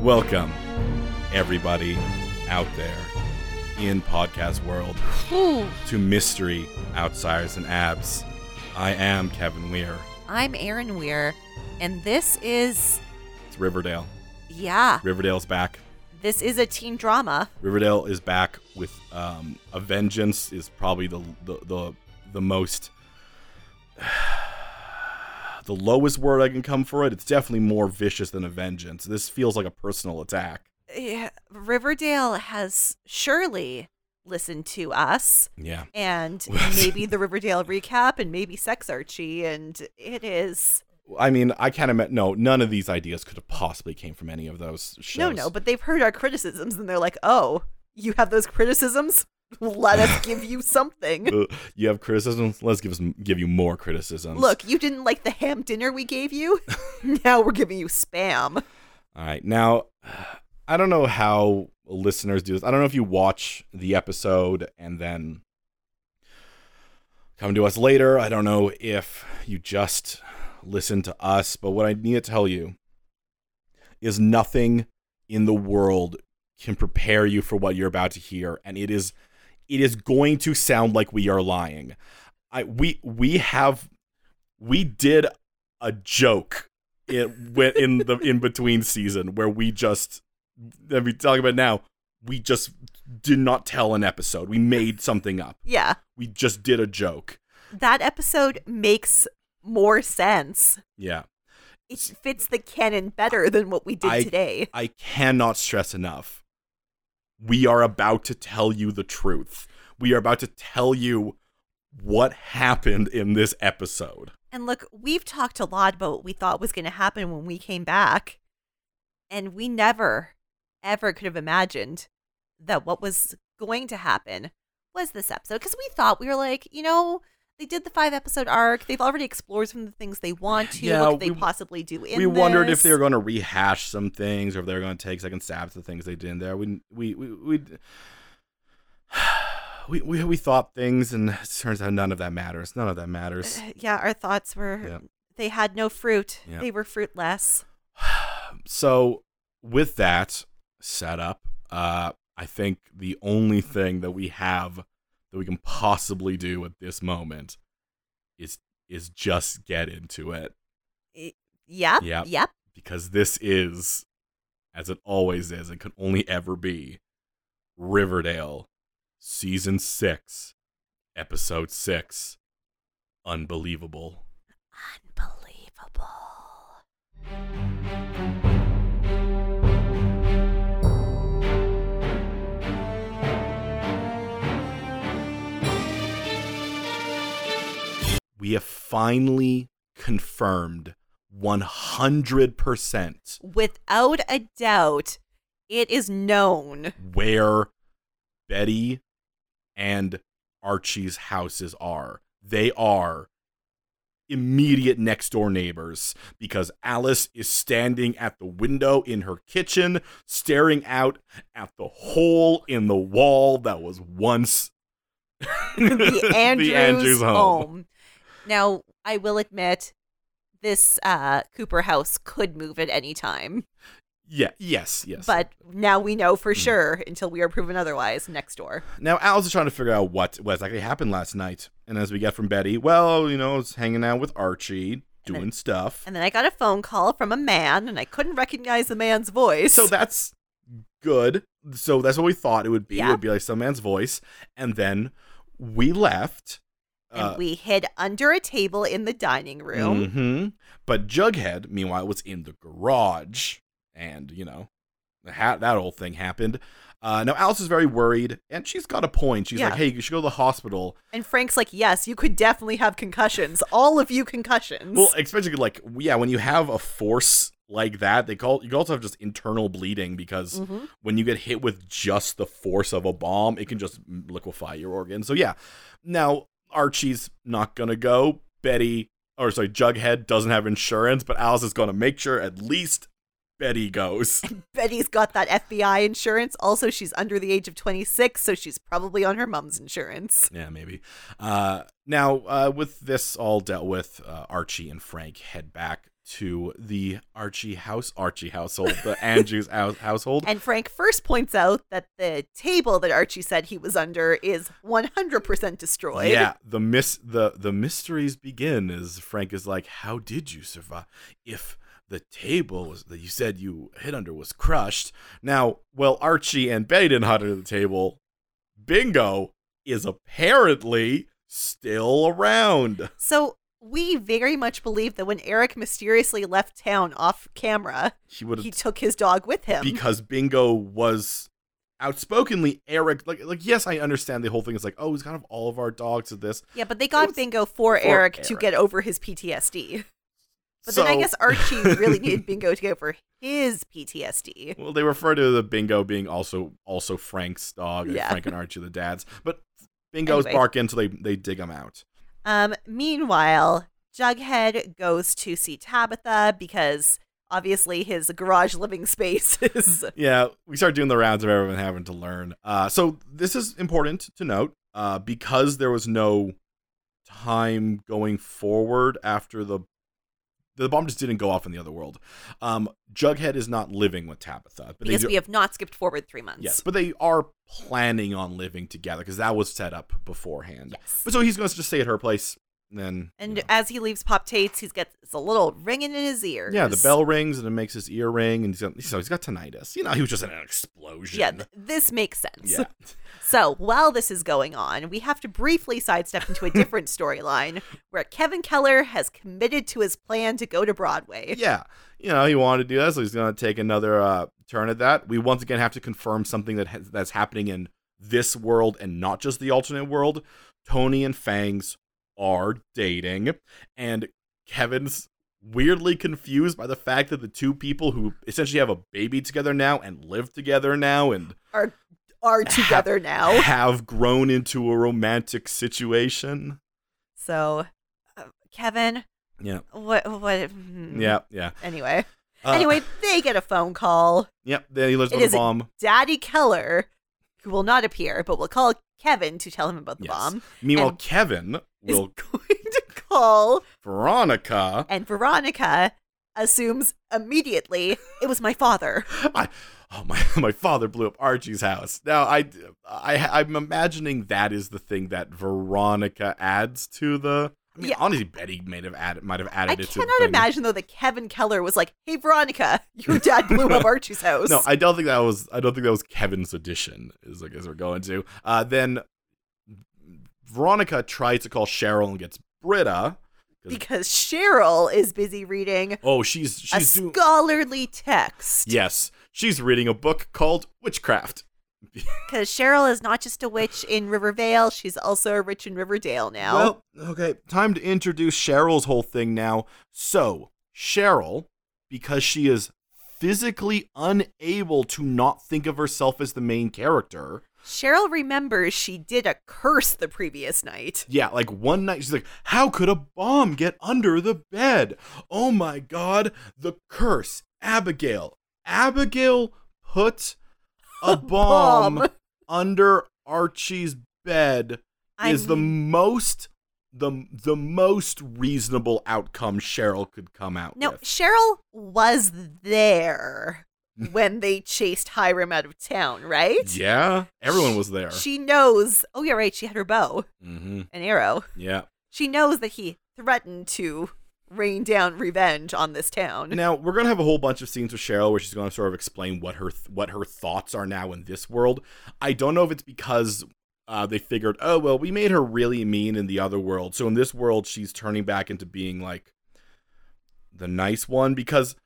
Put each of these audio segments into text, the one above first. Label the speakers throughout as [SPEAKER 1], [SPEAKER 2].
[SPEAKER 1] Welcome, everybody out there in podcast world,
[SPEAKER 2] Ooh,
[SPEAKER 1] to Mystery Outsiders and Abs. I am Kevin Weir.
[SPEAKER 2] I'm Aaron Weir, and this is,
[SPEAKER 1] It's Riverdale.
[SPEAKER 2] yeah,
[SPEAKER 1] Riverdale's back.
[SPEAKER 2] this is a teen drama.
[SPEAKER 1] Riverdale is back with um, a vengeance. Is probably the the the, the most the lowest word I can come for it. It's definitely more vicious than a vengeance. This feels like a personal attack.
[SPEAKER 2] Yeah, Riverdale has surely listened to us,
[SPEAKER 1] Yeah.
[SPEAKER 2] and maybe the Riverdale recap, and maybe Sex Archie, and it is
[SPEAKER 1] I mean, I can't imagine. No, none of these ideas could have possibly came from any of those shows.
[SPEAKER 2] no, no. But they've heard our criticisms, and they're like, "Oh, you have those criticisms? Let us give you something."
[SPEAKER 1] Uh, you have criticisms. Let's give us give you more criticisms.
[SPEAKER 2] Look, you didn't like the ham dinner we gave you. now we're giving you spam.
[SPEAKER 1] All right. Now, I don't know how listeners do this. I don't know if you watch the episode and then come to us later. I don't know if you just listen to us, but what I need to tell you is nothing in the world can prepare you for what you're about to hear and it is it is going to sound like we are lying. I we we have we did a joke it went in the in between season where we just that we talk about now we just did not tell an episode we made something up
[SPEAKER 2] Yeah.
[SPEAKER 1] we just did a joke
[SPEAKER 2] that episode makes more sense.
[SPEAKER 1] yeah
[SPEAKER 2] It fits the canon better than what we did
[SPEAKER 1] I-
[SPEAKER 2] today.
[SPEAKER 1] i cannot stress enough we are about to tell you the truth we are about to tell you what happened in this episode
[SPEAKER 2] And look, we've talked a lot about what we thought was going to happen when we came back. And we never, ever could have imagined that what was going to happen was this episode. Because we thought, we were like, you know, they did the five episode arc. They've already explored some of the things they want to.
[SPEAKER 1] Yeah,
[SPEAKER 2] what could they
[SPEAKER 1] we-
[SPEAKER 2] possibly do in
[SPEAKER 1] we wondered if
[SPEAKER 2] this?
[SPEAKER 1] they were going to rehash some things or if they were going to take second stabs at things they did in there. We we we we we, we, we thought things, and it turns out none of that matters. None of that matters.
[SPEAKER 2] Yeah, our thoughts were
[SPEAKER 1] Yeah.
[SPEAKER 2] they had no fruit.
[SPEAKER 1] Yeah.
[SPEAKER 2] They were fruitless.
[SPEAKER 1] So with that setup, uh, I think the only thing that we have that we can possibly do at this moment is is just get into it
[SPEAKER 2] Yep.
[SPEAKER 1] Yep.
[SPEAKER 2] Yep.
[SPEAKER 1] because this is, as it always is, it could only ever be, Riverdale, season six, episode six, unbelievable.
[SPEAKER 2] Unbelievable.
[SPEAKER 1] We have finally confirmed one hundred percent
[SPEAKER 2] Without a doubt, it is known.
[SPEAKER 1] where Betty and Archie's houses are. They are immediate next door neighbors because Alice is standing at the window in her kitchen, staring out at the hole in the wall that was once
[SPEAKER 2] The Andrews,
[SPEAKER 1] Andrews home.
[SPEAKER 2] Now, I will admit, this uh, Cooper house could move at any time,
[SPEAKER 1] Yeah, yes, yes. Hmm.
[SPEAKER 2] but now we know for sure until we are proven otherwise. Next door,
[SPEAKER 1] Now Alice is trying to figure out what what exactly happened last night, and as we get from Betty, well, you know, I was hanging out with Archie,
[SPEAKER 2] And then-
[SPEAKER 1] doing stuff.
[SPEAKER 2] and then I got a phone call from a man, and I couldn't recognize the man's voice.
[SPEAKER 1] So that's good. So that's what we thought it would be. It
[SPEAKER 2] Yeah.
[SPEAKER 1] would be like some man's voice. And then we left. uh,
[SPEAKER 2] and we hid under a table in the dining room.
[SPEAKER 1] hmm But Jughead, meanwhile, was in the garage. And, you know, ha- that whole thing happened. Uh, now, Alice is very worried, and she's got a point. She's like,
[SPEAKER 2] Yeah.
[SPEAKER 1] hey, you should go to the hospital.
[SPEAKER 2] And Frank's like, "Yes, you could definitely have concussions. All of you concussions."
[SPEAKER 1] Well, especially, like, yeah, when you have a force like that, they call you can also have just internal bleeding because
[SPEAKER 2] Mhm.
[SPEAKER 1] when you get hit with just the force of a bomb, it can just liquefy your organ. So yeah. Now Archie's not gonna go. Betty or sorry, Jughead doesn't have insurance, but Alice is gonna make sure at least Betty goes.
[SPEAKER 2] Betty's got that FBI insurance. Also, she's under the age of 26, so she's probably on her mom's insurance.
[SPEAKER 1] yeah, maybe. Uh, now uh, with this all dealt with, uh, Archie and Frank head back to the Archie house, Archie household, the Andrews house, household.
[SPEAKER 2] And Frank first points out that the table that Archie said he was under is 100% destroyed.
[SPEAKER 1] Yeah, the mis- the the mysteries begin as Frank is like, "How did you survive if the table was, that you said you hit under was crushed?" Now, well, Archie and Betty didn't hide under the table. Bingo is apparently still around.
[SPEAKER 2] So we very much believe that when Eric mysteriously left town off camera,
[SPEAKER 1] He would
[SPEAKER 2] he
[SPEAKER 1] have
[SPEAKER 2] took his dog with him.
[SPEAKER 1] because Bingo was outspokenly Eric. Like, like yes, I understand the whole thing. It's like, oh, he's kind of all of our dogs at this.
[SPEAKER 2] yeah, but they
[SPEAKER 1] It
[SPEAKER 2] got
[SPEAKER 1] was
[SPEAKER 2] Bingo for,
[SPEAKER 1] for
[SPEAKER 2] Eric, to
[SPEAKER 1] Eric.
[SPEAKER 2] get over his PTSD. But
[SPEAKER 1] so,
[SPEAKER 2] then I guess Archie really needed Bingo to get over his PTSD.
[SPEAKER 1] Well, they refer to the Bingo being also also Frank's dog, and
[SPEAKER 2] Yeah.
[SPEAKER 1] Frank and Archie the dads. But Bingo's
[SPEAKER 2] Anyway.
[SPEAKER 1] barking, so they they dig him out.
[SPEAKER 2] Um, meanwhile, Jughead goes to see Tabitha because obviously his garage living space is
[SPEAKER 1] Yeah, we start doing the rounds of everyone having to learn. Uh, so this is important to note uh, because there was no time going forward after the the bomb just didn't go off in the other world. Um, Jughead is not living with Tabitha, but they
[SPEAKER 2] because
[SPEAKER 1] do-
[SPEAKER 2] we have not skipped forward three months.
[SPEAKER 1] yes, but they are planning on living together because that was set up beforehand.
[SPEAKER 2] Yes.
[SPEAKER 1] But so he's going to just stay at her place, and then
[SPEAKER 2] And
[SPEAKER 1] you know.
[SPEAKER 2] as he leaves Pop Tate's, he gets a little ringing in his ears.
[SPEAKER 1] Yeah, the bell rings and it makes his ear ring, and he's got, so he's got tinnitus. You know, he was just in an explosion.
[SPEAKER 2] Yeah, th- this makes sense.
[SPEAKER 1] yeah.
[SPEAKER 2] So while this is going on, we have to briefly sidestep into a different storyline where Kevin Keller has committed to his plan to go to Broadway.
[SPEAKER 1] yeah. You know, he wanted to do that, so he's going to take another uh, turn at that. We once again have to confirm something that has, that's happening in this world and not just the alternate world. Tony and Fangs are dating, and Kevin's weirdly confused by the fact that the two people who essentially have a baby together now and live together now and
[SPEAKER 2] Are are together now.
[SPEAKER 1] have grown into a romantic situation.
[SPEAKER 2] So uh, Kevin,
[SPEAKER 1] Yeah.
[SPEAKER 2] what what hmm.
[SPEAKER 1] Yeah, yeah.
[SPEAKER 2] Anyway.
[SPEAKER 1] Uh,
[SPEAKER 2] anyway, they get a phone call.
[SPEAKER 1] Yep. Then he lives
[SPEAKER 2] It
[SPEAKER 1] with
[SPEAKER 2] is
[SPEAKER 1] the
[SPEAKER 2] a
[SPEAKER 1] bomb.
[SPEAKER 2] Daddy Keller, who will not appear, but will call Kevin to tell him about the
[SPEAKER 1] Yes.
[SPEAKER 2] bomb,
[SPEAKER 1] Meanwhile,
[SPEAKER 2] and-
[SPEAKER 1] Kevin will
[SPEAKER 2] is going to call
[SPEAKER 1] Veronica.
[SPEAKER 2] and Veronica assumes immediately it was my father.
[SPEAKER 1] I, oh my! My father blew up Archie's house. Now I, I, I'm imagining that is the thing that Veronica adds to the. I mean,
[SPEAKER 2] Yeah.
[SPEAKER 1] honestly, Betty might have added might have added
[SPEAKER 2] I
[SPEAKER 1] it to the
[SPEAKER 2] cannot
[SPEAKER 1] thing.
[SPEAKER 2] imagine though that Kevin Keller was like, "Hey Veronica, your dad blew up Archie's house."
[SPEAKER 1] No, I don't think that was. I don't think that was Kevin's addition. Is like as we're going to. Uh, then Veronica tries to call Cheryl and gets Britta.
[SPEAKER 2] because Cheryl is busy reading
[SPEAKER 1] Oh, she's
[SPEAKER 2] a
[SPEAKER 1] she's doing.
[SPEAKER 2] scholarly text.
[SPEAKER 1] Yes, she's reading a book called Witchcraft.
[SPEAKER 2] Because Cheryl is not just a witch in Rivervale; she's also a witch in Riverdale now.
[SPEAKER 1] Well, okay, time to introduce Cheryl's whole thing now. So, Cheryl, because she is physically unable to not think of herself as the main character.
[SPEAKER 2] Cheryl remembers she did a curse the previous night.
[SPEAKER 1] Yeah, like one night she's like, "How could a bomb get under the bed? Oh my god, the curse. Abigail. Abigail put a bomb
[SPEAKER 2] bomb.
[SPEAKER 1] under Archie's bed." is the most the the most reasonable outcome Cheryl could come out
[SPEAKER 2] No,
[SPEAKER 1] with.
[SPEAKER 2] Cheryl was there when they chased Hiram out of town, right?
[SPEAKER 1] Yeah, everyone was there.
[SPEAKER 2] She knows. Oh, yeah, right. She had her bow,
[SPEAKER 1] mm-hmm.
[SPEAKER 2] an arrow.
[SPEAKER 1] Yeah.
[SPEAKER 2] She knows that he threatened to rain down revenge on this town.
[SPEAKER 1] Now we're gonna have a whole bunch of scenes with Cheryl where she's gonna sort of explain what her th- what her thoughts are now in this world. I don't know if it's because uh, they figured, oh well, we made her really mean in the other world, so in this world she's turning back into being like the nice one because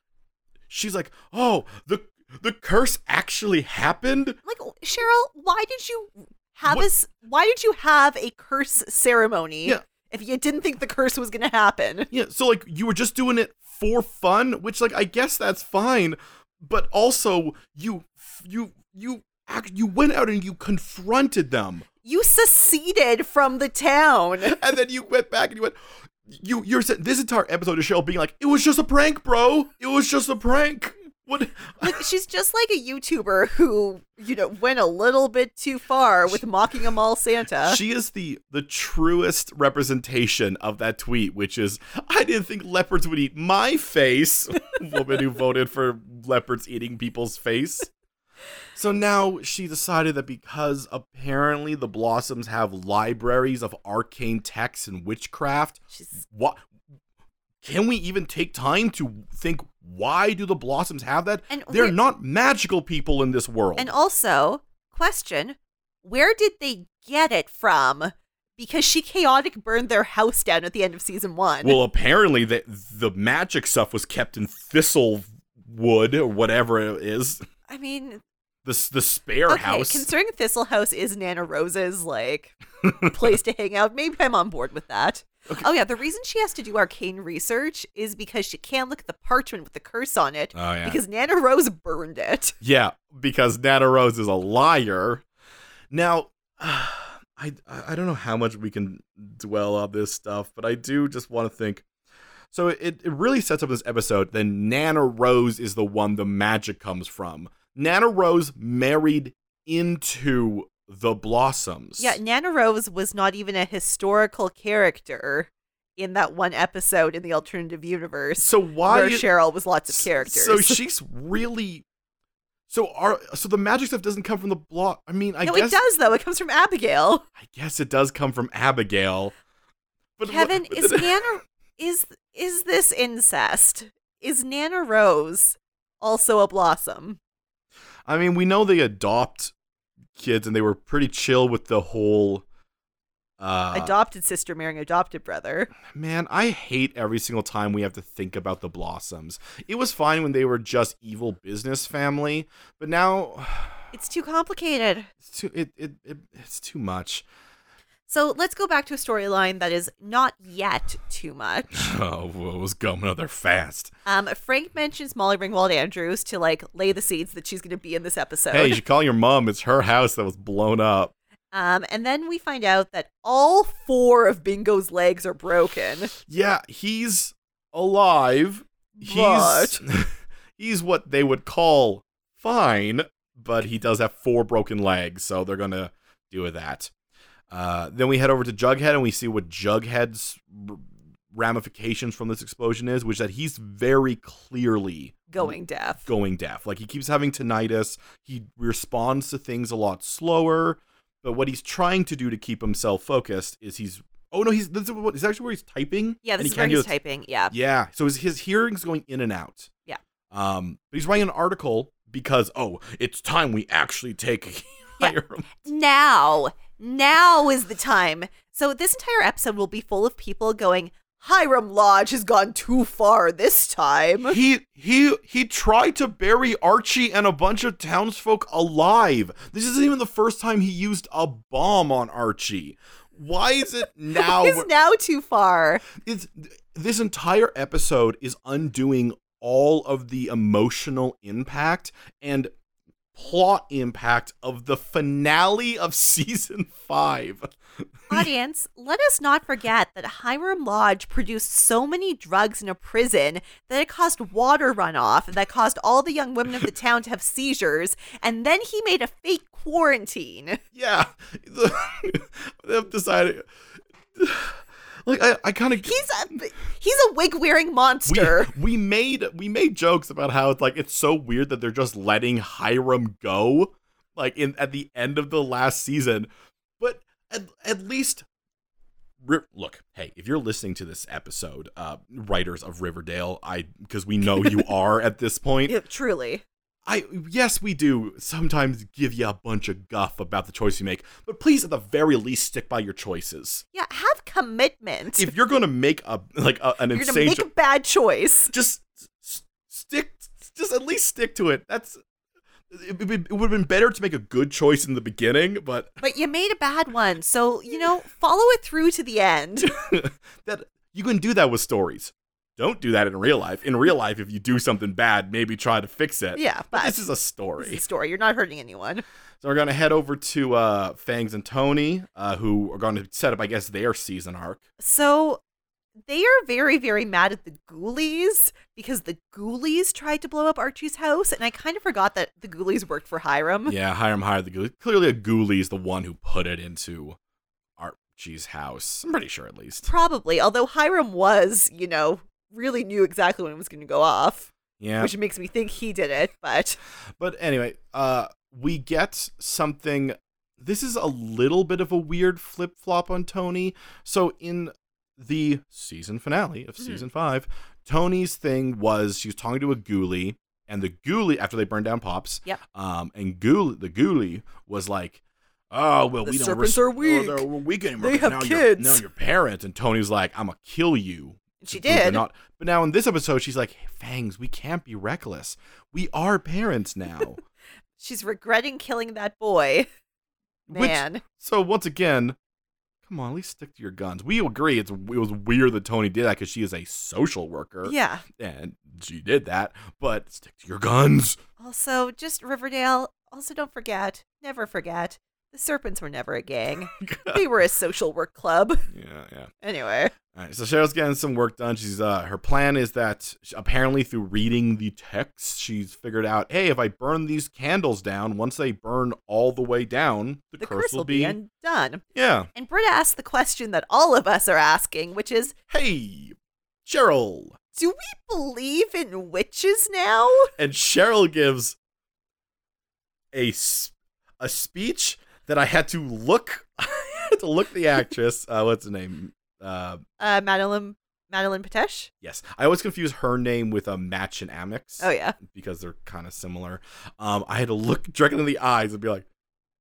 [SPEAKER 1] she's like, oh the the curse actually happened.
[SPEAKER 2] Like, Cheryl, why did you have
[SPEAKER 1] What-
[SPEAKER 2] us? Why did you have a curse ceremony
[SPEAKER 1] Yeah.
[SPEAKER 2] if you didn't think the curse was going to happen?
[SPEAKER 1] Yeah, so like you were just doing it for fun, which like I guess that's fine, but also you you you act, you went out and you confronted them,
[SPEAKER 2] You seceded from the town.
[SPEAKER 1] and then you went back and you went. You you're sen- this entire episode of Cheryl being like, it was just a prank, bro. It was just a prank. What?
[SPEAKER 2] Like she's just like a YouTuber who, you know, went a little bit too far with mocking a mall Santa.
[SPEAKER 1] She is the the truest representation of that tweet, which is I didn't think leopards would eat my face. Woman who voted for leopards eating people's face. So now she decided that because apparently the blossoms have libraries of arcane texts and witchcraft,
[SPEAKER 2] She's
[SPEAKER 1] what can we even take time to think why do the blossoms have that?
[SPEAKER 2] And
[SPEAKER 1] They're
[SPEAKER 2] we're-
[SPEAKER 1] not magical people in this world.
[SPEAKER 2] And also, question, where did they get it from? Because she chaotic burned their house down at the end of season 1.
[SPEAKER 1] Well, apparently the the magic stuff was kept in thistle wood or whatever it is.
[SPEAKER 2] I mean,
[SPEAKER 1] The s- the spare
[SPEAKER 2] okay,
[SPEAKER 1] house.
[SPEAKER 2] considering Thistle House is Nana Rose's like place to hang out, maybe I'm on board with that.
[SPEAKER 1] Okay.
[SPEAKER 2] Oh yeah, the reason she has to do arcane research is because she can't look at the parchment with the curse on it
[SPEAKER 1] oh yeah.
[SPEAKER 2] because Nana Rose burned it.
[SPEAKER 1] yeah, because Nana Rose is a liar. Now, I I don't know how much we can dwell on this stuff, but I do just want to think. So it, it really sets up this episode. Then Nana Rose is the one the magic comes from. Nana Rose married into the blossoms.
[SPEAKER 2] Yeah, Nana Rose was not even a historical character in that one episode in the alternative universe.
[SPEAKER 1] So why
[SPEAKER 2] where
[SPEAKER 1] is-
[SPEAKER 2] Cheryl was lots of characters.
[SPEAKER 1] So she's really. So are so the magic stuff doesn't come from the block. I mean, I
[SPEAKER 2] no,
[SPEAKER 1] guess
[SPEAKER 2] it does though. It comes from Abigail.
[SPEAKER 1] I guess it does come from Abigail. But what-
[SPEAKER 2] Kevin,
[SPEAKER 1] but
[SPEAKER 2] is
[SPEAKER 1] then-
[SPEAKER 2] Nana is is this incest? Is Nana Rose also a blossom?
[SPEAKER 1] I mean, we know they adopt kids, and they were pretty chill with the whole. Uh,
[SPEAKER 2] adopted sister marrying adopted brother.
[SPEAKER 1] man, I hate every single time we have to think about the Blossoms. It was fine when they were just evil business family, but now
[SPEAKER 2] It's too complicated.
[SPEAKER 1] it's too it, it, it it's too much.
[SPEAKER 2] So let's go back to a storyline that is not yet too much.
[SPEAKER 1] Oh, what was coming up there fast?
[SPEAKER 2] Um, Frank mentions Molly Ringwald Andrews to like lay the seeds that she's going to be in this episode.
[SPEAKER 1] Hey, you should call your mom. It's her house that was blown up.
[SPEAKER 2] Um, and then we find out that all four of Bingo's legs are broken.
[SPEAKER 1] Yeah, he's alive. He's he's what they would call fine, but he does have four broken legs, so they're gonna do with that. Uh, then we head over to Jughead and we see what Jughead's r- ramifications from this explosion is, which that he's very clearly
[SPEAKER 2] Going deaf.
[SPEAKER 1] going deaf. Like he keeps having tinnitus. He responds to things a lot slower. But what he's trying to do to keep himself focused is he's oh no he's this is, what, is actually where he's typing.
[SPEAKER 2] yeah,
[SPEAKER 1] and
[SPEAKER 2] this
[SPEAKER 1] he
[SPEAKER 2] is where
[SPEAKER 1] can't do
[SPEAKER 2] he's
[SPEAKER 1] it.
[SPEAKER 2] typing. Yeah.
[SPEAKER 1] Yeah, so his his hearing's going in and out.
[SPEAKER 2] Yeah.
[SPEAKER 1] Um, but he's writing an article because oh it's time we actually take.
[SPEAKER 2] Yeah.
[SPEAKER 1] Hiram.
[SPEAKER 2] Now, now is the time. So this entire episode will be full of people going, Hiram Lodge has gone too far this time.
[SPEAKER 1] He he he tried to bury Archie and a bunch of townsfolk alive. This isn't even the first time he used a bomb on Archie. Why is it now?
[SPEAKER 2] is now too far.
[SPEAKER 1] it's this entire episode is undoing all of the emotional impact and plot impact of the finale of season five.
[SPEAKER 2] Audience, let us not forget that Hiram Lodge produced so many drugs in a prison that it caused water runoff that caused all the young women of the town to have seizures, and then he made a fake quarantine.
[SPEAKER 1] Yeah, they've decided. Like I, I kind of
[SPEAKER 2] He's a he's a wig wearing monster.
[SPEAKER 1] we, we made we made jokes about how it's like it's so weird that they're just letting Hiram go like in at the end of the last season but at, at least Ri- look hey if you're listening to this episode uh writers of Riverdale I because we know you are at this point
[SPEAKER 2] Yeah, truly.
[SPEAKER 1] I yes, we do sometimes give you a bunch of guff about the choice you make, but please at the very least stick by your choices.
[SPEAKER 2] Yeah, have commitment.
[SPEAKER 1] If you're gonna make a like a, an
[SPEAKER 2] You're gonna
[SPEAKER 1] insane
[SPEAKER 2] make
[SPEAKER 1] cho-
[SPEAKER 2] a bad choice.
[SPEAKER 1] just s- stick just at least stick to it that's it, would have been better to make a good choice in the beginning but
[SPEAKER 2] But you made a bad one, so you know, follow it through to the end.
[SPEAKER 1] that you can do that with stories don't do that in real life in real life if you do something bad maybe try to fix it
[SPEAKER 2] Yeah, but
[SPEAKER 1] this is a
[SPEAKER 2] This is
[SPEAKER 1] story
[SPEAKER 2] a story. You're not hurting anyone.
[SPEAKER 1] so we're going to head over to uh, fangs and tony uh, who are going to set up i guess their season arc
[SPEAKER 2] So they are very, very mad at the ghoulies because the ghoulies tried to blow up Archie's house. And I kind of forgot that the ghoulies worked for Hiram.
[SPEAKER 1] Yeah, Hiram hired the ghoulie. Clearly, a ghoulie is the one who put it into Archie's house. I'm pretty sure, at least.
[SPEAKER 2] Probably, although Hiram was, you know, really knew exactly when it was going to go off,
[SPEAKER 1] Yeah.
[SPEAKER 2] which makes me think he did it. But
[SPEAKER 1] But anyway, uh, we get something. This is a little bit of a weird flip flop on Tony. So in the season finale of
[SPEAKER 2] Mhm.
[SPEAKER 1] season five, Tony's thing was she was talking to a ghoulie, and the ghoulie after they burned down Pops.
[SPEAKER 2] Yep.
[SPEAKER 1] Um, and ghoulie, the ghoulie was like. Oh well,
[SPEAKER 2] The
[SPEAKER 1] we don't.
[SPEAKER 2] serpents
[SPEAKER 1] res-
[SPEAKER 2] are weak.
[SPEAKER 1] They're weak anymore.
[SPEAKER 2] They
[SPEAKER 1] 'cause now
[SPEAKER 2] have kids."
[SPEAKER 1] You're, now your parents. And Tony's like, "I'm gonna kill you."
[SPEAKER 2] she
[SPEAKER 1] But they're
[SPEAKER 2] did.
[SPEAKER 1] not- But now in this episode, she's like, hey, "Fangs, we can't be reckless. We are parents now."
[SPEAKER 2] She's regretting killing that boy.
[SPEAKER 1] Which-
[SPEAKER 2] Man.
[SPEAKER 1] So once again, come on, at least stick to your guns. We agree it's it was weird that Tony did that because she is a social worker,
[SPEAKER 2] yeah.
[SPEAKER 1] and she did that. But stick to your guns.
[SPEAKER 2] Also, just Riverdale, also don't forget, never forget, the Serpents were never a gang.
[SPEAKER 1] Oh,
[SPEAKER 2] they were a social work club.
[SPEAKER 1] Yeah, yeah.
[SPEAKER 2] Anyway.
[SPEAKER 1] All right, so Cheryl's getting some work done. She's uh, her plan is that sh- apparently through reading the text, she's figured out, hey, if I burn these candles down, once they burn all the way down, the,
[SPEAKER 2] The curse, will be undone.
[SPEAKER 1] yeah.
[SPEAKER 2] And Britta asked the question that all of us are asking, which is
[SPEAKER 1] Hey, Cheryl,
[SPEAKER 2] do we believe in witches now?
[SPEAKER 1] and Cheryl gives a s- a speech that I had to look I had to look the actress. Uh, what's her name? Uh,
[SPEAKER 2] Uh, Madeline Madeline Patesh?
[SPEAKER 1] yes, I always confuse her name with a match and Amix
[SPEAKER 2] Oh yeah.
[SPEAKER 1] because they're kind of similar. Um, I had to look directly in the eyes and be like,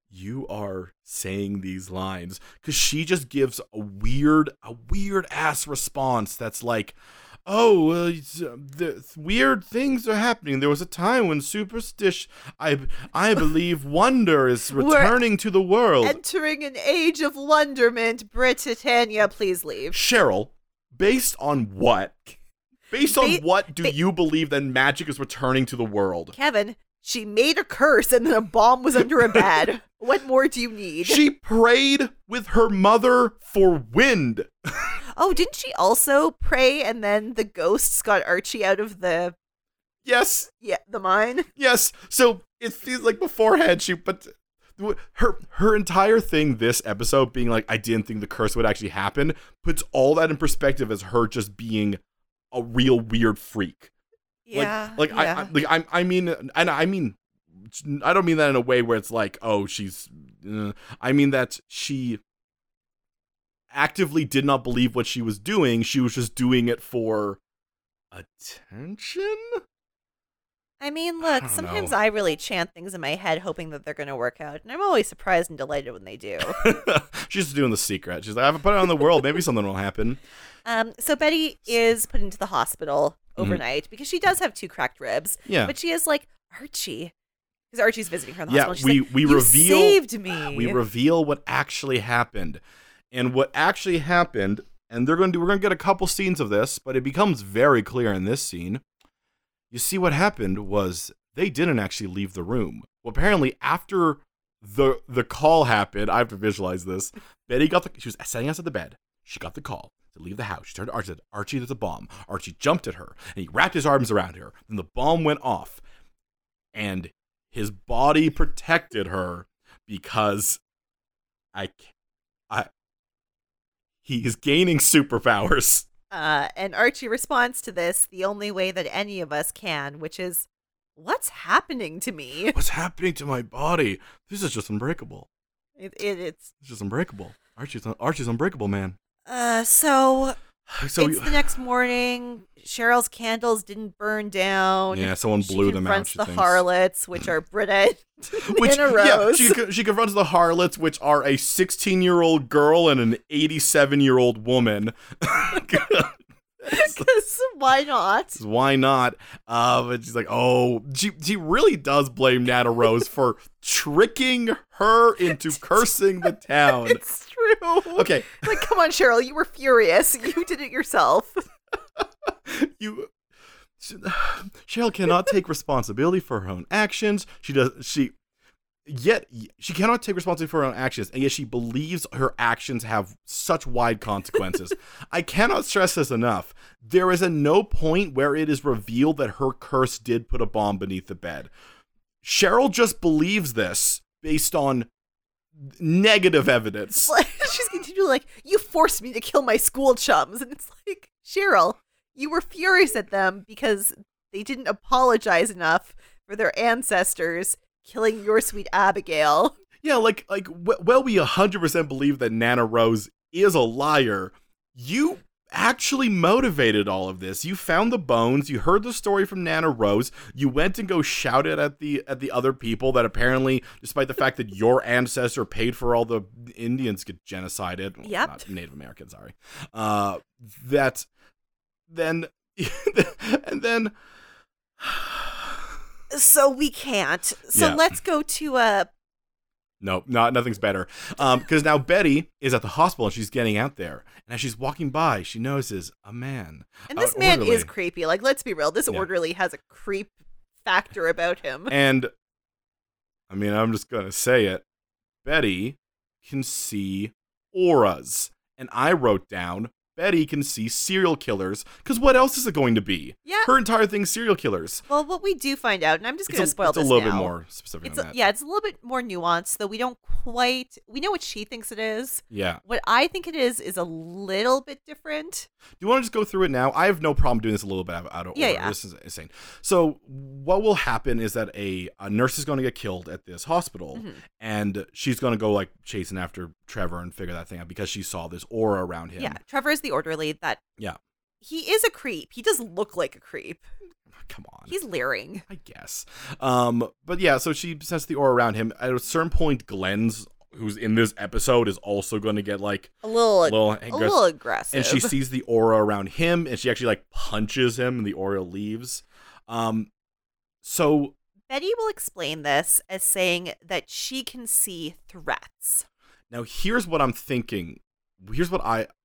[SPEAKER 1] "You are saying these lines," because she just gives a weird, a weird ass response that's like. Oh, uh, it's, uh, the weird things are happening. There was a time when superstition, I, I believe, wonder is
[SPEAKER 2] We're-
[SPEAKER 1] returning to the world.
[SPEAKER 2] Entering an age of wonderment, Britannia, please leave.
[SPEAKER 1] Cheryl, based on what? Based on
[SPEAKER 2] Ba-
[SPEAKER 1] what do
[SPEAKER 2] ba-
[SPEAKER 1] you believe that magic is returning to the world?
[SPEAKER 2] Kevin, she made a curse and then a bomb was under a bed. what more do you need?
[SPEAKER 1] She prayed with her mother for wind.
[SPEAKER 2] Oh, didn't she also pray and then the ghosts got Archie out of the
[SPEAKER 1] Yes,
[SPEAKER 2] yeah, the mine?
[SPEAKER 1] yes. So it feels like beforehand she but her her entire thing this episode being like I didn't think the curse would actually happen puts all that in perspective as her just being a real weird freak. Like, like I, I like I I mean and I mean I don't mean that in a way where it's like oh she's uh, I mean that she actively did not believe what she was doing. She was just doing it for attention.
[SPEAKER 2] I mean,
[SPEAKER 1] I
[SPEAKER 2] look,
[SPEAKER 1] don't
[SPEAKER 2] sometimes
[SPEAKER 1] know.
[SPEAKER 2] I really chant things in my head hoping that they're going to work out, and I'm always surprised and delighted when they do.
[SPEAKER 1] She's just doing the secret. She's like I have put it on the world. Maybe something will happen.
[SPEAKER 2] um, so Betty is put into the hospital overnight because she does have two cracked ribs,
[SPEAKER 1] Mm-hmm. Yeah.
[SPEAKER 2] but she is like Archie because Archie's visiting her in the
[SPEAKER 1] Yeah,
[SPEAKER 2] hospital. She's
[SPEAKER 1] we-
[SPEAKER 2] like,
[SPEAKER 1] we
[SPEAKER 2] "You
[SPEAKER 1] reveal-
[SPEAKER 2] saved me.
[SPEAKER 1] we reveal what actually happened and what actually happened and they're going to we're going to get a couple scenes of this but it becomes very clear in this scene you see what happened was they didn't actually leave the room well apparently after the the call happened i have to visualize this betty got the she was sitting outside the bed she got the call to leave the house she turned to archie said archie there's a bomb archie jumped at her and he wrapped his arms around her then the bomb went off and his body protected her because I, ca- I, he is gaining superpowers.
[SPEAKER 2] Uh, and Archie responds to this the only way that any of us can, which is, "What's happening to me?"
[SPEAKER 1] What's happening to my body? This is just unbreakable.
[SPEAKER 2] It, it, it's
[SPEAKER 1] It's just unbreakable. Archie's Archie's unbreakable, man.
[SPEAKER 2] uh, so
[SPEAKER 1] So
[SPEAKER 2] it's
[SPEAKER 1] you-
[SPEAKER 2] the next morning. Cheryl's candles didn't burn down.
[SPEAKER 1] yeah, someone
[SPEAKER 2] She
[SPEAKER 1] blew them out.
[SPEAKER 2] confronts
[SPEAKER 1] She
[SPEAKER 2] the
[SPEAKER 1] thinks.
[SPEAKER 2] harlots, which are Britta
[SPEAKER 1] Which,
[SPEAKER 2] in a rose.
[SPEAKER 1] Yeah, she, co- she confronts the harlots, which are a 16 year old girl and an 87 year old woman.
[SPEAKER 2] 'Cause why not?
[SPEAKER 1] Says, Why not? Uh, but she's like, oh, she, she really does blame Nana Rose for tricking her into cursing the town.
[SPEAKER 2] It's true.
[SPEAKER 1] Okay,
[SPEAKER 2] Like, come on, Cheryl, you were furious. You did it yourself.
[SPEAKER 1] you. Cheryl cannot take responsibility for her own actions. She does. She. Yet y- she cannot take responsibility for her own actions, and yet she believes her actions have such wide consequences. I cannot stress this enough. There is a no point where it is revealed that her curse did put a bomb beneath the bed. Cheryl just believes this based on negative evidence.
[SPEAKER 2] She's continually like, "You forced me to kill my school chums," and it's like, Cheryl, you were furious at them because they didn't apologize enough for their ancestors killing your sweet Abigail.
[SPEAKER 1] Yeah, like like wh- well, we hundred percent believe that Nana Rose is a liar. You actually motivated all of this. You found the bones. You heard the story from Nana Rose. You went and go shout it at the at the other people that apparently, despite the fact that your ancestor paid for all the Indians get genocided. well,
[SPEAKER 2] Yep.
[SPEAKER 1] not Native American. Sorry. Uh, that then and then
[SPEAKER 2] So we can't. So
[SPEAKER 1] Yeah.
[SPEAKER 2] let's go to uh
[SPEAKER 1] No, not nothing's better. Um, because now Betty is at the hospital and she's getting out there, and as she's walking by, she notices a man.
[SPEAKER 2] and
[SPEAKER 1] Uh,
[SPEAKER 2] this man is
[SPEAKER 1] orderly.
[SPEAKER 2] creepy. Like let's be real, this
[SPEAKER 1] Yeah.
[SPEAKER 2] orderly has a creep factor about him.
[SPEAKER 1] And I mean, I'm just gonna say it. Betty can see auras, and I wrote down Betty can see serial killers. Because what else is it going to be?
[SPEAKER 2] Yeah.
[SPEAKER 1] Her entire thing's serial killers.
[SPEAKER 2] Well, what we do find out, and I'm just
[SPEAKER 1] It's
[SPEAKER 2] going
[SPEAKER 1] a,
[SPEAKER 2] to spoil
[SPEAKER 1] it's a
[SPEAKER 2] this
[SPEAKER 1] little bit
[SPEAKER 2] now.
[SPEAKER 1] more specific
[SPEAKER 2] It's
[SPEAKER 1] than
[SPEAKER 2] a,
[SPEAKER 1] that.
[SPEAKER 2] yeah, it's a little bit more nuanced, though we don't quite. We know what she thinks it is.
[SPEAKER 1] yeah.
[SPEAKER 2] What I think it is is a little bit different.
[SPEAKER 1] Do you want to just go through it now? I have no problem doing this a little bit out out of
[SPEAKER 2] Yeah,
[SPEAKER 1] order.
[SPEAKER 2] yeah.
[SPEAKER 1] This is insane. So what will happen is that a, a nurse is going to get killed at this hospital,
[SPEAKER 2] Mhm.
[SPEAKER 1] and she's going to go like chasing after Trevor and figure that thing out because she saw this aura around him.
[SPEAKER 2] Yeah, Trevor is the orderly that.
[SPEAKER 1] Yeah.
[SPEAKER 2] He is a creep. He does look like a creep.
[SPEAKER 1] Come on.
[SPEAKER 2] He's leering.
[SPEAKER 1] I guess. Um, but yeah, so she sets the aura around him. At a certain point, Glenn's, who's in this episode, is also going to get like
[SPEAKER 2] A little.
[SPEAKER 1] a little,
[SPEAKER 2] a little aggressive.
[SPEAKER 1] and she sees the aura around him, and she actually like punches him, and the aura leaves. Um, so
[SPEAKER 2] Betty will explain this as saying that she can see threats.
[SPEAKER 1] Now here's what I'm thinking. Here's what I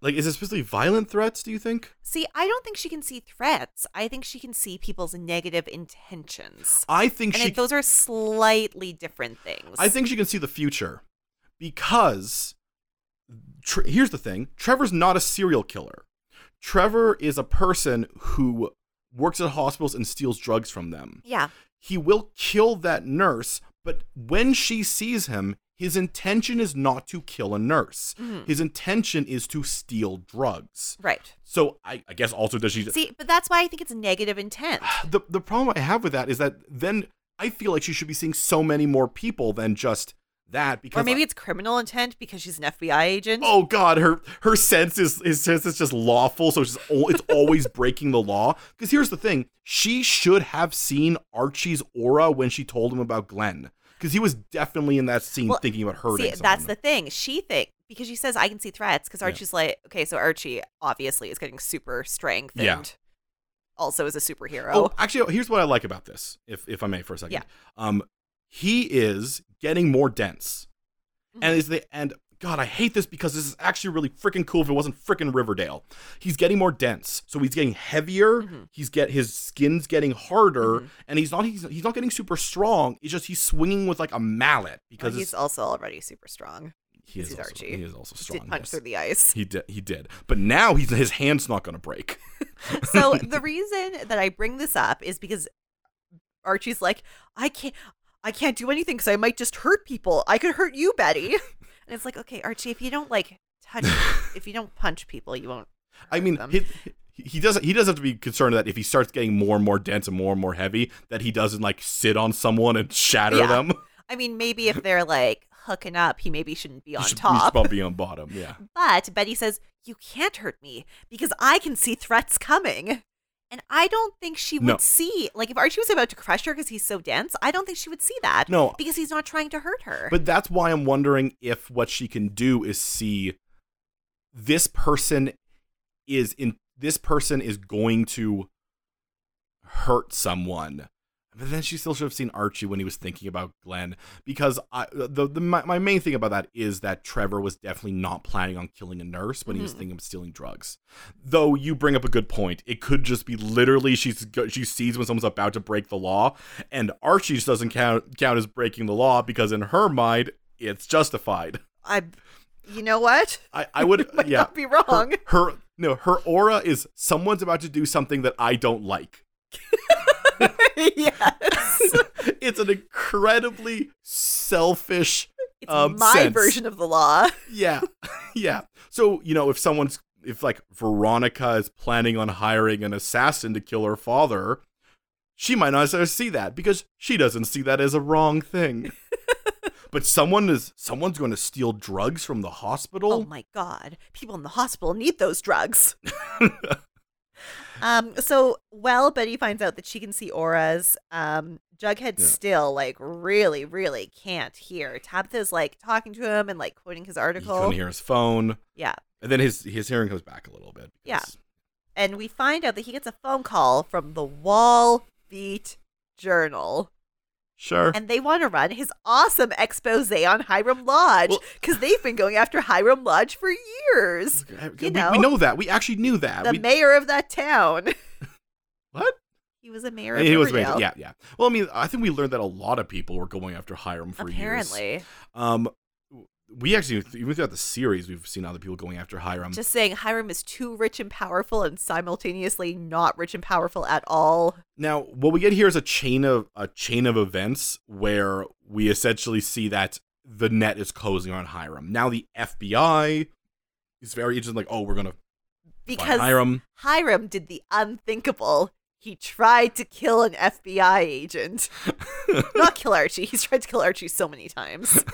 [SPEAKER 1] like. Is it supposed to be violent threats? Do you think?
[SPEAKER 2] See, I don't think she can see threats. I think she can see people's negative intentions.
[SPEAKER 1] I think
[SPEAKER 2] And
[SPEAKER 1] she.
[SPEAKER 2] it- those are slightly different things.
[SPEAKER 1] I think she can see the future, because tr- here's the thing: Trevor's not a serial killer. Trevor is a person who works at hospitals and steals drugs from them.
[SPEAKER 2] Yeah.
[SPEAKER 1] He will kill that nurse, but when she sees him, his intention is not to kill a nurse.
[SPEAKER 2] Mhm.
[SPEAKER 1] His intention is to steal drugs.
[SPEAKER 2] Right.
[SPEAKER 1] So I, I guess also does she
[SPEAKER 2] See, but that's why I think it's negative intent.
[SPEAKER 1] the the problem I have with that is that then I feel like she should be seeing so many more people than just that because
[SPEAKER 2] Or maybe it's criminal intent because she's an FBI agent.
[SPEAKER 1] oh god her her sense is his sense is just lawful so she's al- it's always breaking the law because here's the thing she should have seen Archie's aura when she told him about Glenn because he was definitely in that scene
[SPEAKER 2] Well,
[SPEAKER 1] thinking about Oh, hurting
[SPEAKER 2] See, that's the thing. She think because she says I can see threats because
[SPEAKER 1] Yeah.
[SPEAKER 2] Archie's like, okay, so Archie obviously is getting super strength
[SPEAKER 1] Yeah.
[SPEAKER 2] and also is a superhero.
[SPEAKER 1] Oh, actually, here's what I like about this, if if I may, for a second.
[SPEAKER 2] Yeah.
[SPEAKER 1] Um, he is getting more dense,
[SPEAKER 2] Mhm.
[SPEAKER 1] and is the and God, I hate this because this is actually really freaking cool. If it wasn't freaking Riverdale, he's getting more dense, so he's getting heavier.
[SPEAKER 2] Mhm.
[SPEAKER 1] He's get his skin's getting harder,
[SPEAKER 2] Mhm.
[SPEAKER 1] and he's not he's, he's not getting super strong. It's just he's swinging with like a mallet
[SPEAKER 2] Well,
[SPEAKER 1] because
[SPEAKER 2] he's
[SPEAKER 1] it's-
[SPEAKER 2] also already super strong.
[SPEAKER 1] he
[SPEAKER 2] he's
[SPEAKER 1] also,
[SPEAKER 2] Archie.
[SPEAKER 1] He is also
[SPEAKER 2] Just
[SPEAKER 1] strong.
[SPEAKER 2] did punch
[SPEAKER 1] yes.
[SPEAKER 2] through the ice.
[SPEAKER 1] He did. He did. But now he's his hand's not going to break.
[SPEAKER 2] so the reason that I bring this up is because Archie's like, I can't, I can't do anything because I might just hurt people. I could hurt you, Betty. And it's like, okay, Archie, if you don't like touch, if you don't punch people, you won't.
[SPEAKER 1] I mean,
[SPEAKER 2] them.
[SPEAKER 1] he, he doesn't. He does have to be concerned that if he starts getting more and more dense and more and more heavy, that he doesn't like sit on someone and shatter
[SPEAKER 2] Yeah.
[SPEAKER 1] them.
[SPEAKER 2] I mean, maybe if they're like hooking up, he maybe shouldn't be
[SPEAKER 1] He
[SPEAKER 2] on
[SPEAKER 1] should- he should
[SPEAKER 2] top.
[SPEAKER 1] probably be on bottom. Yeah.
[SPEAKER 2] But Betty says, You can't hurt me because I can see threats coming. And I don't think she would
[SPEAKER 1] No.
[SPEAKER 2] see, like, if Archie was about to crush her because he's so dense, I don't think she would see that.
[SPEAKER 1] No.
[SPEAKER 2] Because he's not trying to hurt her.
[SPEAKER 1] But that's why I'm wondering if what she can do is see this person is in. This person is going to hurt someone. But then she still should have seen Archie when he was thinking about Glenn, because I, the, the my, my main thing about that is that Trevor was definitely not planning on killing a nurse when he was
[SPEAKER 2] Mhm.
[SPEAKER 1] thinking of stealing drugs. Though you bring up a good point, it could just be literally she's go- she sees when someone's about to break the law, and Archie just doesn't count count as breaking the law because in her mind it's justified.
[SPEAKER 2] I, you know what?
[SPEAKER 1] I I would
[SPEAKER 2] Might
[SPEAKER 1] yeah
[SPEAKER 2] not be
[SPEAKER 1] her,
[SPEAKER 2] wrong.
[SPEAKER 1] her no her aura is someone's about to do something that I don't like.
[SPEAKER 2] yes.
[SPEAKER 1] it's an incredibly selfish
[SPEAKER 2] It's
[SPEAKER 1] Um,
[SPEAKER 2] my
[SPEAKER 1] sense.
[SPEAKER 2] version of the law.
[SPEAKER 1] yeah yeah so you know if someone's if like veronica is planning on hiring an assassin to kill her father she might not necessarily see that because she doesn't see that as a wrong thing but someone is someone's going to steal drugs from the
[SPEAKER 2] Oh
[SPEAKER 1] hospital
[SPEAKER 2] my God. People in the hospital need those drugs. um, so, well, Betty finds out that she can see auras. Um, Jughead
[SPEAKER 1] Yeah.
[SPEAKER 2] still, like, really, really can't hear. Tabitha's, like, talking to him and, like, quoting his
[SPEAKER 1] he couldn't
[SPEAKER 2] article.
[SPEAKER 1] hear his phone
[SPEAKER 2] Yeah.
[SPEAKER 1] and then his his hearing comes back a little bit
[SPEAKER 2] Yeah.
[SPEAKER 1] because-
[SPEAKER 2] And we find out that he gets a phone call from the Wall Beat Journal.
[SPEAKER 1] sure
[SPEAKER 2] and they want to run his awesome expose on Hiram Lodge
[SPEAKER 1] Well-
[SPEAKER 2] because they've been going after Hiram Lodge for years.
[SPEAKER 1] we,
[SPEAKER 2] you
[SPEAKER 1] we
[SPEAKER 2] know,
[SPEAKER 1] know that we actually knew that
[SPEAKER 2] The
[SPEAKER 1] we,
[SPEAKER 2] mayor of that town.
[SPEAKER 1] what
[SPEAKER 2] He was a mayor.
[SPEAKER 1] And
[SPEAKER 2] Of
[SPEAKER 1] he was
[SPEAKER 2] Riverdale,
[SPEAKER 1] amazing. Yeah, yeah. Well, I mean, I think we learned that a lot of people were going after Hiram for years.
[SPEAKER 2] Apparently,
[SPEAKER 1] Apparently, um, we actually even throughout the series, we've seen other people going after Hiram.
[SPEAKER 2] just saying Hiram is too rich and powerful, and simultaneously not rich and powerful at all.
[SPEAKER 1] now, what we get here is a chain of a chain of events where we essentially see that the net is closing on Hiram. Now, the FBI is very interested. Like, oh, we're gonna find
[SPEAKER 2] Because
[SPEAKER 1] Hiram.
[SPEAKER 2] Hiram did the unthinkable. He tried to kill an FBI agent. Not kill Archie. He's tried to kill Archie so many times.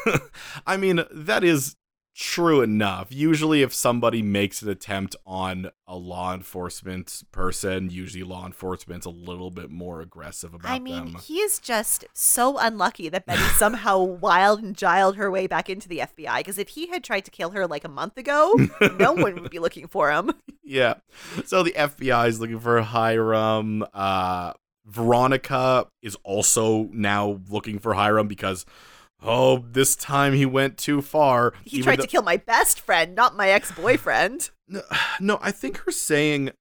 [SPEAKER 1] I mean, that is true enough. Usually, if somebody makes an attempt on a law enforcement person, usually law enforcement's a little bit more aggressive about
[SPEAKER 2] I mean,
[SPEAKER 1] them.
[SPEAKER 2] he is just so unlucky that Betty somehow wild and giled her way back into the FBI. Because if he had tried to kill her like a month ago, no one would be looking for him.
[SPEAKER 1] Yeah. So the FBI is looking for Hiram. Uh, Veronica is also now looking for Hiram because, oh, this time he went too far.
[SPEAKER 2] He
[SPEAKER 1] even
[SPEAKER 2] tried
[SPEAKER 1] though-
[SPEAKER 2] to kill my best friend, not my ex boyfriend.
[SPEAKER 1] No, no, I think her saying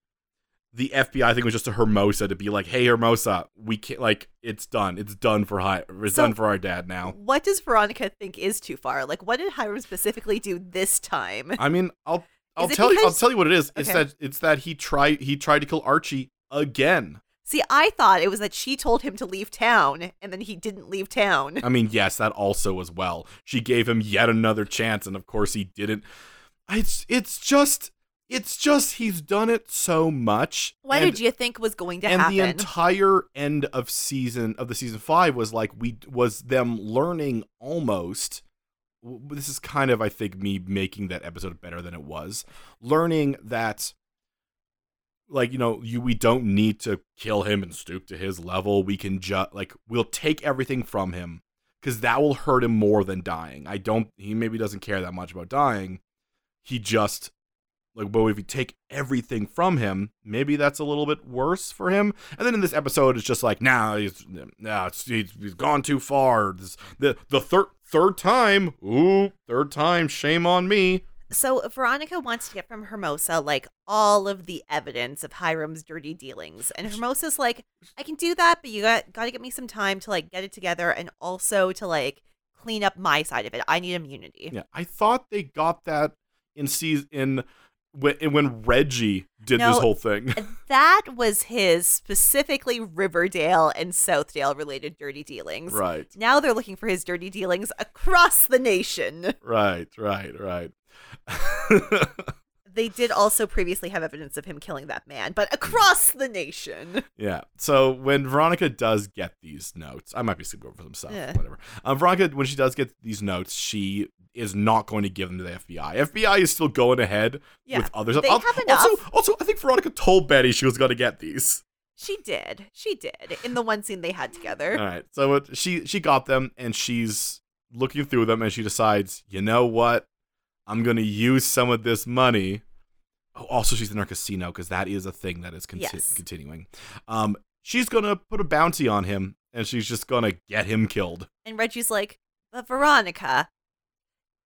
[SPEAKER 1] the FBI I think was just to Hermosa to be like, "Hey Hermosa, we can't like it's done. It's done for high. It's
[SPEAKER 2] So-
[SPEAKER 1] done for our dad now."
[SPEAKER 2] What does Veronica think is too far? Like, what did Hiram specifically do this time?
[SPEAKER 1] I mean, I'll I'll
[SPEAKER 2] it
[SPEAKER 1] tell you I'll
[SPEAKER 2] because-
[SPEAKER 1] tell you what it is. It's
[SPEAKER 2] Okay.
[SPEAKER 1] that it's that he tried he tried to kill Archie again.
[SPEAKER 2] See, I thought it was that she told him to leave town, and then he didn't leave town.
[SPEAKER 1] I mean, yes, that also as well. She gave him yet another chance and of course he didn't. It's it's just it's just he's done it so much.
[SPEAKER 2] What
[SPEAKER 1] and-
[SPEAKER 2] did you think was going to
[SPEAKER 1] and
[SPEAKER 2] happen?
[SPEAKER 1] the entire end of season of the season five was like we was them learning almost w- this is kind of i think me making that episode better than it was learning that like you know you we don't need to kill him and stoop to his level we can just like we'll take everything from him because that will hurt him more than dying i don't he maybe doesn't care that much about dying he just like but if you take everything from him maybe that's a little bit worse for him and then in this episode it's just like now nah, he's nah, it's, he's, he's gone too far this, the the third third time ooh third time shame on me
[SPEAKER 2] So Veronica wants to get from Hermosa like all of the evidence of Hiram's dirty dealings. And Hermosa's like, I can do that, but you got gotta give me some time to like get it together and also to like clean up my side of it. I need immunity.
[SPEAKER 1] yeah i thought they got that in season in when, when reggie did this
[SPEAKER 2] No.
[SPEAKER 1] whole thing
[SPEAKER 2] That was his specifically Riverdale and Southdale related dirty dealings.
[SPEAKER 1] right
[SPEAKER 2] Now they're looking for his dirty dealings across the nation.
[SPEAKER 1] right right right
[SPEAKER 2] They did also previously have evidence of him killing that man,
[SPEAKER 1] Mm.
[SPEAKER 2] but across the nation.
[SPEAKER 1] Yeah. So when Veronica does get these notes, I might be skipping over some stuff,
[SPEAKER 2] Yeah.
[SPEAKER 1] whatever. Um, Veronica, when she does get these notes, she is not going to give them to the FBI. FBI is still going ahead
[SPEAKER 2] Yeah.
[SPEAKER 1] with other stuff.
[SPEAKER 2] They
[SPEAKER 1] Al-
[SPEAKER 2] have enough.
[SPEAKER 1] also, also, I think Veronica told Betty she was going to get these.
[SPEAKER 2] She did. She did. In the one scene they had together.
[SPEAKER 1] All right. So it, she she got them, and she's looking through them, and she decides, you know what, I'm going to use some of this money. Oh, also, she's in her casino because that is a thing that is conti-
[SPEAKER 2] Yes.
[SPEAKER 1] continuing. Um, she's going to put a bounty on him and she's just gonna get him killed.
[SPEAKER 2] And Reggie's like, but Veronica,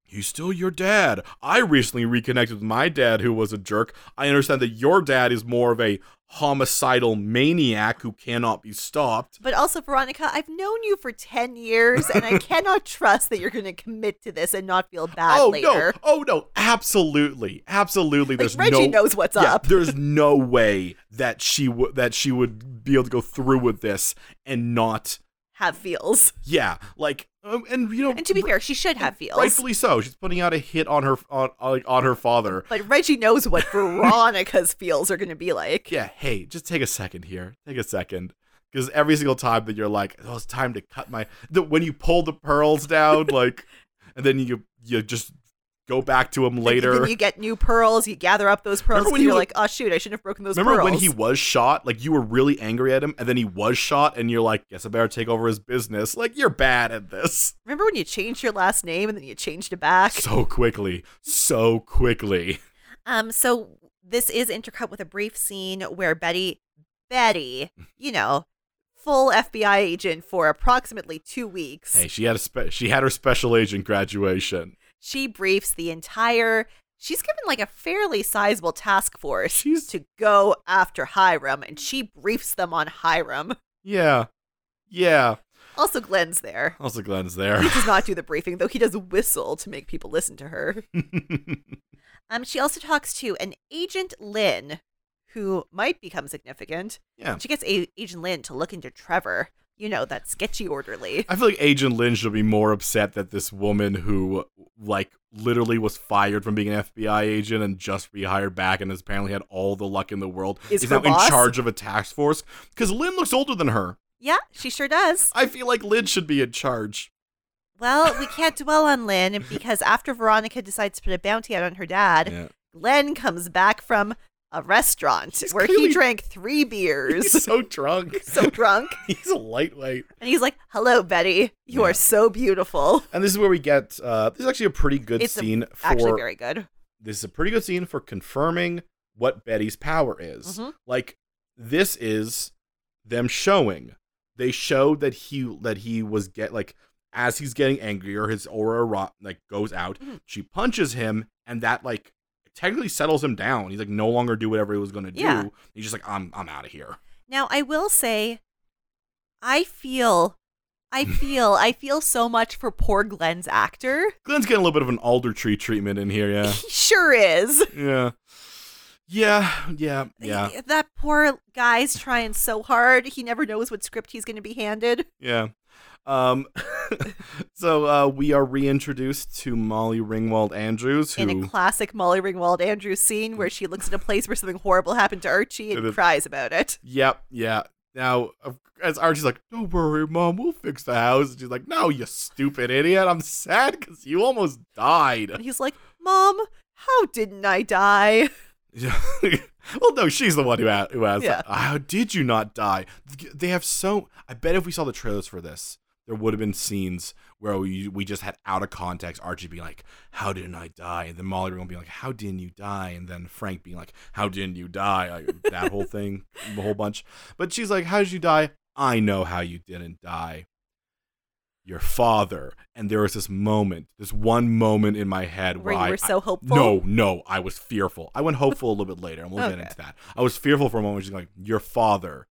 [SPEAKER 1] He's still your dad. I recently reconnected with my dad, who was a jerk. I understand that your dad is more of a homicidal maniac who cannot be stopped.
[SPEAKER 2] but also Veronica, I've known you for 10 years and I cannot trust that you're going to commit to this and not feel bad
[SPEAKER 1] oh
[SPEAKER 2] later.
[SPEAKER 1] no! Oh no! Absolutely, absolutely.
[SPEAKER 2] Like,
[SPEAKER 1] There's
[SPEAKER 2] Reggie
[SPEAKER 1] no.
[SPEAKER 2] knows what's
[SPEAKER 1] yeah,
[SPEAKER 2] up.
[SPEAKER 1] there's no way that she would that she would be able to go through with this and not.
[SPEAKER 2] Have feels.
[SPEAKER 1] Yeah, like um, and you know.
[SPEAKER 2] And to be fair, she should have feels.
[SPEAKER 1] rightfully so. She's putting out a hit on her on on on her father.
[SPEAKER 2] But Reggie knows what Veronica's feels are going to be like.
[SPEAKER 1] yeah, hey, just take a second here. Take a second. Because every single time that you're like, oh, it's time to cut my. The, when you pull the pearls down, like, and then you you just go back to him
[SPEAKER 2] Like,
[SPEAKER 1] later.
[SPEAKER 2] Then you get new pearls, you gather up those pearls,
[SPEAKER 1] Remember when
[SPEAKER 2] and
[SPEAKER 1] he
[SPEAKER 2] you're
[SPEAKER 1] was-
[SPEAKER 2] like, oh, shoot, I shouldn't have broken those
[SPEAKER 1] Remember
[SPEAKER 2] pearls.
[SPEAKER 1] when he was shot? Like, you were really angry at him, and then he was shot, and you're like, guess I better take over his business. Like, you're bad at this.
[SPEAKER 2] Remember when you changed your last name and then you changed it back?
[SPEAKER 1] So quickly. So quickly.
[SPEAKER 2] Um, so this is intercut with a brief scene where Betty, Betty, you know, full FBI agent for approximately two weeks,
[SPEAKER 1] Hey, she had a spe- she had her special agent graduation.
[SPEAKER 2] she briefs the entire. She's given like a fairly sizable task force
[SPEAKER 1] She's-
[SPEAKER 2] to go after Hiram, and she briefs them on Hiram.
[SPEAKER 1] Yeah. Yeah.
[SPEAKER 2] Also, Glenn's there.
[SPEAKER 1] Also, Glenn's there.
[SPEAKER 2] He does not do the briefing, though he does whistle to make people listen to her. Um, she also talks to an agent Lynn, who might become significant.
[SPEAKER 1] yeah.
[SPEAKER 2] She gets a- Agent Lynn to look into Trevor, you know, that sketchy orderly.
[SPEAKER 1] I feel like Agent Lynn should be more upset that this woman who, like, literally was fired from being an FBI agent and just rehired back and has apparently had all the luck in the world
[SPEAKER 2] Is her
[SPEAKER 1] now
[SPEAKER 2] boss?
[SPEAKER 1] in charge of a task force. Because Lynn looks older than her.
[SPEAKER 2] Yeah, she sure does.
[SPEAKER 1] I feel like Lynn should be in charge.
[SPEAKER 2] Well, we can't dwell on Lynn because after Veronica decides to put a bounty out on her dad,
[SPEAKER 1] Yeah.
[SPEAKER 2] Glenn comes back from a restaurant
[SPEAKER 1] He's
[SPEAKER 2] where
[SPEAKER 1] clearly-
[SPEAKER 2] he drank three beers.
[SPEAKER 1] He's so drunk.
[SPEAKER 2] so drunk.
[SPEAKER 1] He's a lightweight.
[SPEAKER 2] And he's like, Hello, Betty. You
[SPEAKER 1] Yeah.
[SPEAKER 2] are so beautiful.
[SPEAKER 1] And this is where we get uh, this is actually a pretty good
[SPEAKER 2] It's a-
[SPEAKER 1] scene for
[SPEAKER 2] Actually, very good.
[SPEAKER 1] this is a pretty good scene for confirming what Betty's power is.
[SPEAKER 2] Mhm.
[SPEAKER 1] Like this is them showing. They showed that he that he was get like as he's getting angrier, his aura ro- like goes out.
[SPEAKER 2] Mhm.
[SPEAKER 1] She punches him, and that like technically settles him down. He's like no longer do whatever he was gonna
[SPEAKER 2] Yeah.
[SPEAKER 1] do. He's just like I'm I'm out of here.
[SPEAKER 2] Now, I will say, I feel, I feel, I feel so much for poor Glenn's actor.
[SPEAKER 1] Glenn's getting a little bit of an alder tree treatment in here. Yeah,
[SPEAKER 2] He sure is.
[SPEAKER 1] yeah, yeah, yeah, yeah,
[SPEAKER 2] That poor guy's trying so hard. He never knows what script he's going to be handed.
[SPEAKER 1] Yeah. Um, so uh, we are reintroduced to Molly Ringwald Andrews,
[SPEAKER 2] In
[SPEAKER 1] who
[SPEAKER 2] a classic Molly Ringwald Andrews scene where she looks at a place where something horrible happened to Archie and
[SPEAKER 1] And it-
[SPEAKER 2] cries about it.
[SPEAKER 1] yep, yeah. Now, of- as Archie's like, "Don't worry, mom, we'll fix the house," and she's like, "No, you stupid idiot! I'm sad because you almost
[SPEAKER 2] And
[SPEAKER 1] died."
[SPEAKER 2] he's like, Mom, how didn't I die?
[SPEAKER 1] well, no, she's the one who a- who asked,
[SPEAKER 2] Yeah.
[SPEAKER 1] "How did you not die?" They have so. I bet if we saw the trailers for this, there would have been scenes where we we just had out of context Archie being like, "How didn't I die?" and then Molly Ringwald being like, "How didn't you die?" and then Frank being like, "How didn't you die?" Like that whole thing, the whole bunch. But she's like, "How did you die?" I know how you didn't die. Your father. And there was this moment, this one moment in my head
[SPEAKER 2] Where
[SPEAKER 1] where
[SPEAKER 2] you
[SPEAKER 1] I,
[SPEAKER 2] were so hopeful.
[SPEAKER 1] no, no, I was fearful. I went hopeful a little bit later, and we'll
[SPEAKER 2] Okay.
[SPEAKER 1] get into that. I was fearful for a moment, just like your father.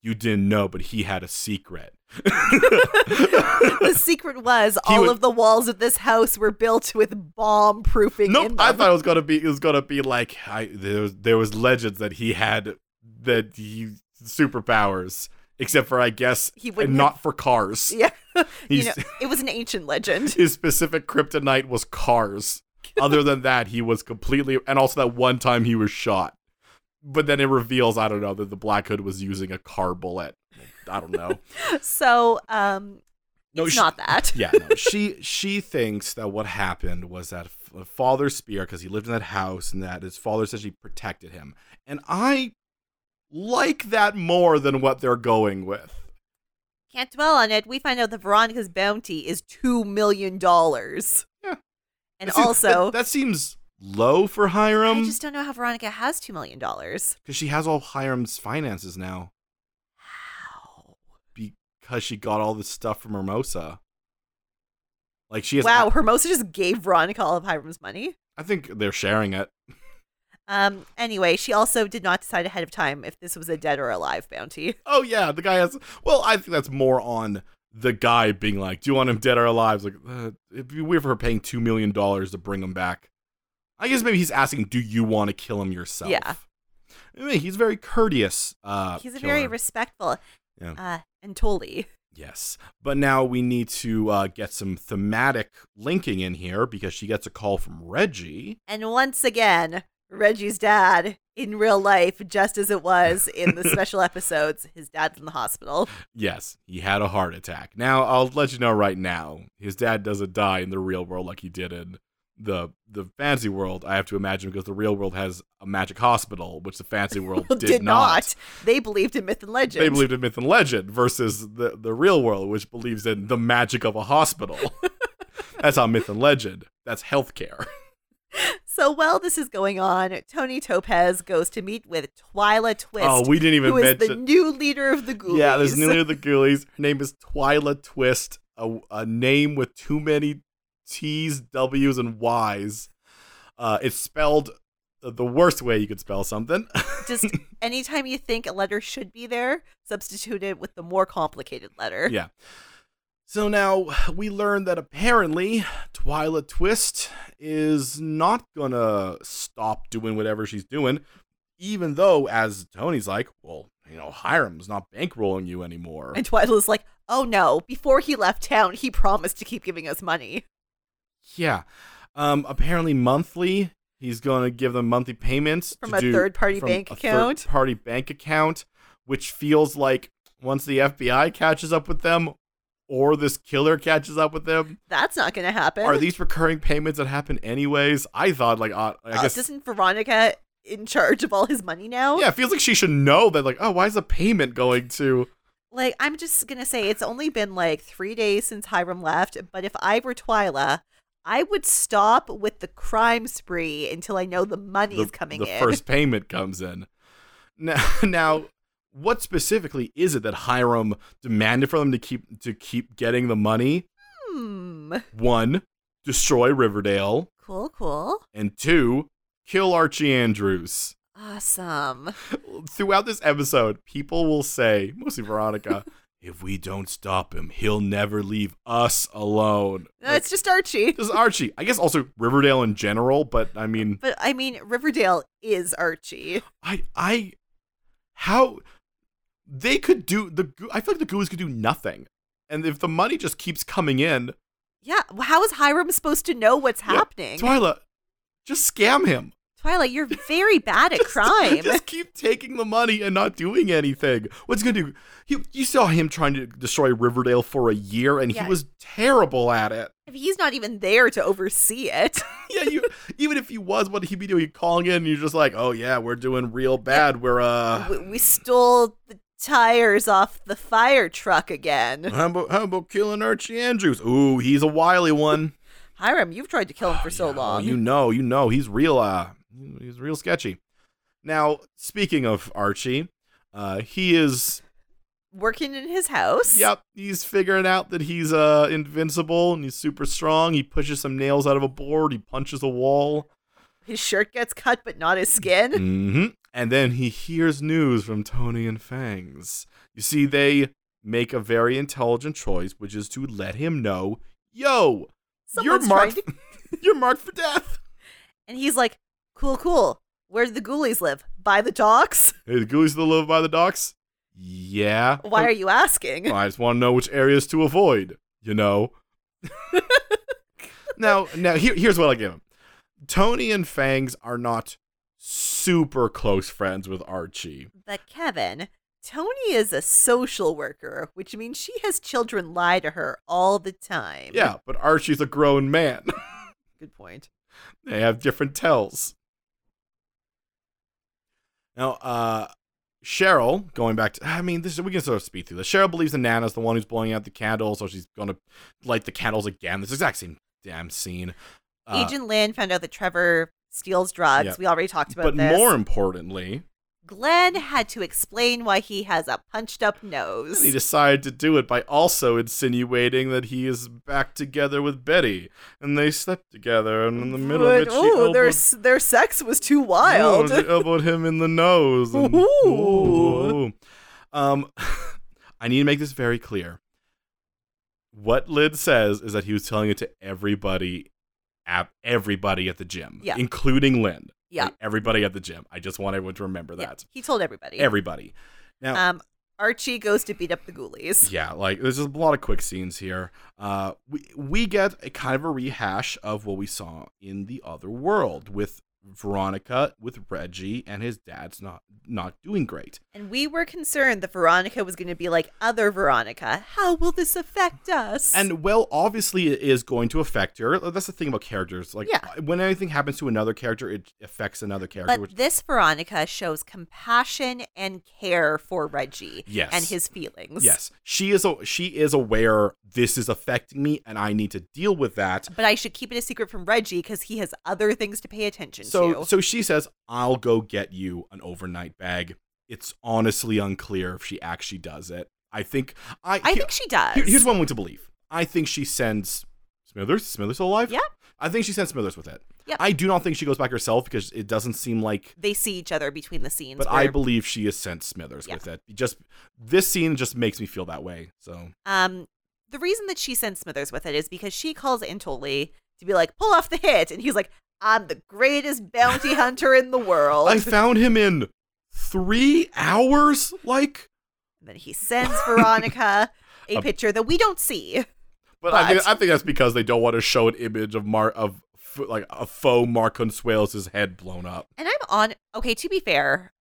[SPEAKER 1] You didn't know, but he had a secret.
[SPEAKER 2] the secret was
[SPEAKER 1] He
[SPEAKER 2] all
[SPEAKER 1] would-
[SPEAKER 2] of the walls of this house were built with bomb proofing.
[SPEAKER 1] nope, I thought it was gonna be it was gonna be like I there was there was legends that he had that he superpowers, except for I guess
[SPEAKER 2] He wouldn't
[SPEAKER 1] and
[SPEAKER 2] have-
[SPEAKER 1] not for cars.
[SPEAKER 2] Yeah. you
[SPEAKER 1] He's-
[SPEAKER 2] know, it was an ancient legend.
[SPEAKER 1] His specific kryptonite was cars. Other than that, he was completely and also that one time he was shot. But then it reveals, I don't know, that the Black Hood was using a car bullet. I don't know.
[SPEAKER 2] So, um,
[SPEAKER 1] No,
[SPEAKER 2] it's
[SPEAKER 1] she-
[SPEAKER 2] not that.
[SPEAKER 1] yeah, no, she she thinks that what happened was that f- father's spear because he lived in that house and that his father essentially protected him. And I like that more than what they're going with.
[SPEAKER 2] Can't dwell on it. We find out that Veronica's bounty is two million dollars.
[SPEAKER 1] Yeah.
[SPEAKER 2] And
[SPEAKER 1] That seems-
[SPEAKER 2] also,
[SPEAKER 1] that, um, that seems low for
[SPEAKER 2] I
[SPEAKER 1] Hiram
[SPEAKER 2] just don't know how Veronica has two million dollars.
[SPEAKER 1] because she has all Hiram's finances now.
[SPEAKER 2] How?
[SPEAKER 1] because she got all this stuff from Hermosa. Like she has
[SPEAKER 2] wow, Hermosa just gave Veronica all of Hiram's money.
[SPEAKER 1] I think they're sharing it.
[SPEAKER 2] Um, anyway, she also did not decide ahead of time if this was a dead or alive bounty.
[SPEAKER 1] Oh yeah, the guy has. Well, I think that's more on the guy being like, "Do you want him dead or alive?" It's like, uh, it'd be weird for her paying two million dollars to bring him back. I guess maybe he's asking, "Do you want to kill him yourself?"
[SPEAKER 2] Yeah.
[SPEAKER 1] I mean, he's very courteous. Uh,
[SPEAKER 2] He's a
[SPEAKER 1] killer.
[SPEAKER 2] very respectful
[SPEAKER 1] Yeah.
[SPEAKER 2] uh, and totally.
[SPEAKER 1] Yes. But now we need to uh, get some thematic linking in here because she gets a call from Reggie.
[SPEAKER 2] And once again, Reggie's dad in real life, just as it was in the special episodes, his dad's in the hospital.
[SPEAKER 1] Yes, he had a heart attack. Now, I'll let you know right now his dad doesn't die in the real world like he did in the the fantasy world, I have to imagine, because the real world has a magic hospital, which the fantasy world did, not.
[SPEAKER 2] They believed in myth and legend.
[SPEAKER 1] They believed in myth and legend versus the, the real world, which believes in the magic of a hospital. That's not myth and legend. That's healthcare.
[SPEAKER 2] so while this is going on, Tony Topaz goes to meet with Twyla Twist,
[SPEAKER 1] Oh, we didn't even
[SPEAKER 2] who is
[SPEAKER 1] mention
[SPEAKER 2] the new leader of the Ghoulies.
[SPEAKER 1] Yeah, there's new leader of the Ghoulies. Her name is Twyla Twist, a, a name with too many T's, W's, and Y's. Uh, it's spelled the worst way you could spell something.
[SPEAKER 2] Just anytime you think a letter should be there, substitute it with the more complicated letter.
[SPEAKER 1] yeah. So now we learn that apparently Twyla Twist is not gonna stop doing whatever she's doing, even though, as Tony's like, well, you know, Hiram's not bankrolling you anymore.
[SPEAKER 2] And Twyla's like, oh no, before he left town, he promised to keep giving us money.
[SPEAKER 1] Yeah. Um, apparently monthly, he's going to give them monthly payments
[SPEAKER 2] From
[SPEAKER 1] to
[SPEAKER 2] a
[SPEAKER 1] do-
[SPEAKER 2] third-party
[SPEAKER 1] from
[SPEAKER 2] bank
[SPEAKER 1] a
[SPEAKER 2] account.
[SPEAKER 1] Third-party bank account, which feels like once the FBI catches up with them, or this killer catches up with them,
[SPEAKER 2] That's not going to happen.
[SPEAKER 1] are these recurring payments that happen anyways? I thought like uh, I
[SPEAKER 2] Uh,
[SPEAKER 1] guess.
[SPEAKER 2] Isn't Veronica in charge of all his money now?
[SPEAKER 1] yeah, it feels like she should know that. Like, oh, why is a payment going to?
[SPEAKER 2] Like, I'm just going to say it's only been like three days since Hiram left, but if I were Twyla, I would stop with the crime spree until I know the
[SPEAKER 1] the,
[SPEAKER 2] money's coming
[SPEAKER 1] the
[SPEAKER 2] in.
[SPEAKER 1] first payment comes in. Now, now, what specifically is it that Hiram demanded for them to keep to keep getting the money?
[SPEAKER 2] Hmm.
[SPEAKER 1] One, destroy Riverdale,
[SPEAKER 2] Cool, cool.
[SPEAKER 1] and two, kill Archie Andrews.
[SPEAKER 2] Awesome.
[SPEAKER 1] Throughout this episode, people will say, mostly Veronica, if we don't stop him, he'll never leave us alone.
[SPEAKER 2] No, it's just Archie.
[SPEAKER 1] this is Archie. I guess also Riverdale in general, but I mean,
[SPEAKER 2] But I mean, Riverdale is Archie.
[SPEAKER 1] I I how they could do the Goo- I feel like the Goos could do nothing. And if the money just keeps coming in,
[SPEAKER 2] Yeah. well, How is Hiram supposed to know what's
[SPEAKER 1] Yeah,
[SPEAKER 2] happening?
[SPEAKER 1] Twyla, just scam him.
[SPEAKER 2] Twilight, you're very bad at
[SPEAKER 1] Just-
[SPEAKER 2] crime.
[SPEAKER 1] Just keep taking the money and not doing anything. What's he gonna do? You you saw him trying to destroy Riverdale for a year, and
[SPEAKER 2] Yeah.
[SPEAKER 1] he was terrible at it.
[SPEAKER 2] If He's not even there to oversee it.
[SPEAKER 1] yeah, you even if he was, what he'd be doing? Calling in, and you're just like, oh yeah, we're doing real bad. We're uh,
[SPEAKER 2] we, we stole the tires off the fire truck again.
[SPEAKER 1] how about, how about killing Archie Andrews? Ooh, he's a wily one.
[SPEAKER 2] Hiram, you've tried to kill him for
[SPEAKER 1] Oh,
[SPEAKER 2] so
[SPEAKER 1] yeah. Oh,
[SPEAKER 2] long.
[SPEAKER 1] you know, you know, he's real. Uh, he's real sketchy. Now, speaking of Archie, uh, he is.
[SPEAKER 2] Working in his house.
[SPEAKER 1] Yep, he's figuring out that he's uh invincible and he's super strong. He pushes some nails out of a board. He punches a wall.
[SPEAKER 2] His shirt gets cut, but not his skin.
[SPEAKER 1] hmm And then he hears news from Tony and Fangs. You see, they make a very intelligent choice, which is to let him know, "Yo,
[SPEAKER 2] Someone's
[SPEAKER 1] you're
[SPEAKER 2] trying
[SPEAKER 1] marked.
[SPEAKER 2] to.
[SPEAKER 1] you're marked for death."
[SPEAKER 2] And he's like, cool, cool. Where do the ghoulies live? By the docks?
[SPEAKER 1] Hey, the ghoulies that live by the docks? Yeah.
[SPEAKER 2] Why are you asking?
[SPEAKER 1] Well, I just want to know which areas to avoid, you know? now, now here, here's what I'll give him Tony and Fangs are not super close friends with Archie.
[SPEAKER 2] But Kevin, Tony is a social worker, which means she has children lie to her all the time.
[SPEAKER 1] Yeah, but Archie's a grown man.
[SPEAKER 2] Good point.
[SPEAKER 1] they have different tells. Now, uh, Cheryl, going back to, I mean, this we can sort of speed through this. Cheryl believes that Nana's the one who's blowing out the candles, so she's gonna light the candles again. This exact same damn scene. Uh,
[SPEAKER 2] Agent Lynn found out that Trevor steals drugs.
[SPEAKER 1] yeah.
[SPEAKER 2] We already talked about
[SPEAKER 1] but
[SPEAKER 2] this.
[SPEAKER 1] more importantly,
[SPEAKER 2] Glenn had to explain why he has a punched up nose.
[SPEAKER 3] He decided to do it by also insinuating that he is back together with Betty, and they slept together. And in the middle of it, she
[SPEAKER 2] oh, their
[SPEAKER 3] elbowed,
[SPEAKER 2] s- their sex was too wild.
[SPEAKER 3] No, she elbowed him in the nose. and-
[SPEAKER 2] Ooh.
[SPEAKER 3] Ooh.
[SPEAKER 1] Um, I need to make this very clear. What Lid says is that he was telling it to everybody, at everybody at the gym,
[SPEAKER 2] Yeah.
[SPEAKER 1] including Lynn.
[SPEAKER 2] yeah,
[SPEAKER 1] Like, everybody at the gym. I just want everyone to remember
[SPEAKER 2] yeah,
[SPEAKER 1] that.
[SPEAKER 2] he told everybody.
[SPEAKER 1] Everybody. Now,
[SPEAKER 2] um, Archie goes to beat up the ghoulies.
[SPEAKER 1] Yeah, like there's just a lot of quick scenes here. Uh, we we get a kind of a rehash of what we saw in the other world with Veronica, with Reggie, and his dad's not not doing great.
[SPEAKER 2] And we were concerned that Veronica was going to be like other Veronica. How will this affect us?
[SPEAKER 1] And well, obviously, it is going to affect her. That's the thing about characters. Like,
[SPEAKER 2] Yeah.
[SPEAKER 1] when anything happens to another character, it affects another character.
[SPEAKER 2] but
[SPEAKER 1] which,
[SPEAKER 2] this Veronica shows compassion and care for Reggie
[SPEAKER 1] Yes.
[SPEAKER 2] and his feelings.
[SPEAKER 1] yes, she is. A, she is aware this is affecting me, and I need to deal with that.
[SPEAKER 2] But I should keep it a secret from Reggie because he has other things to pay attention
[SPEAKER 1] So
[SPEAKER 2] to.
[SPEAKER 1] so she says, "I'll go get you an overnight bag." It's honestly unclear if she actually does it. I think I.
[SPEAKER 2] I
[SPEAKER 1] he-
[SPEAKER 2] think she does.
[SPEAKER 1] here- here's what I'm going to believe. I think she sends Smithers. Smithers still alive?
[SPEAKER 2] Yeah.
[SPEAKER 1] I think she sends Smithers with it.
[SPEAKER 2] Yep.
[SPEAKER 1] I do not think she goes back herself because it doesn't seem like.
[SPEAKER 2] they see each other between the scenes.
[SPEAKER 1] But
[SPEAKER 2] where-
[SPEAKER 1] I believe she has sent Smithers
[SPEAKER 2] Yeah.
[SPEAKER 1] with it. Just this scene just makes me feel that way. So
[SPEAKER 2] Um, the reason that she sent Smithers with it is because she calls Intoli to be like, pull off the hit. And he's like, I'm the greatest bounty hunter in the world.
[SPEAKER 1] I found him in three hours. Like
[SPEAKER 2] and then he sends Veronica a
[SPEAKER 1] Um,
[SPEAKER 2] picture that we don't see.
[SPEAKER 3] But, I, think,
[SPEAKER 2] But-
[SPEAKER 3] I think that's because they don't want to show an image of Mar of f- like a faux Mark Consuelos' head blown up.
[SPEAKER 2] And I'm on, okay, to be fair,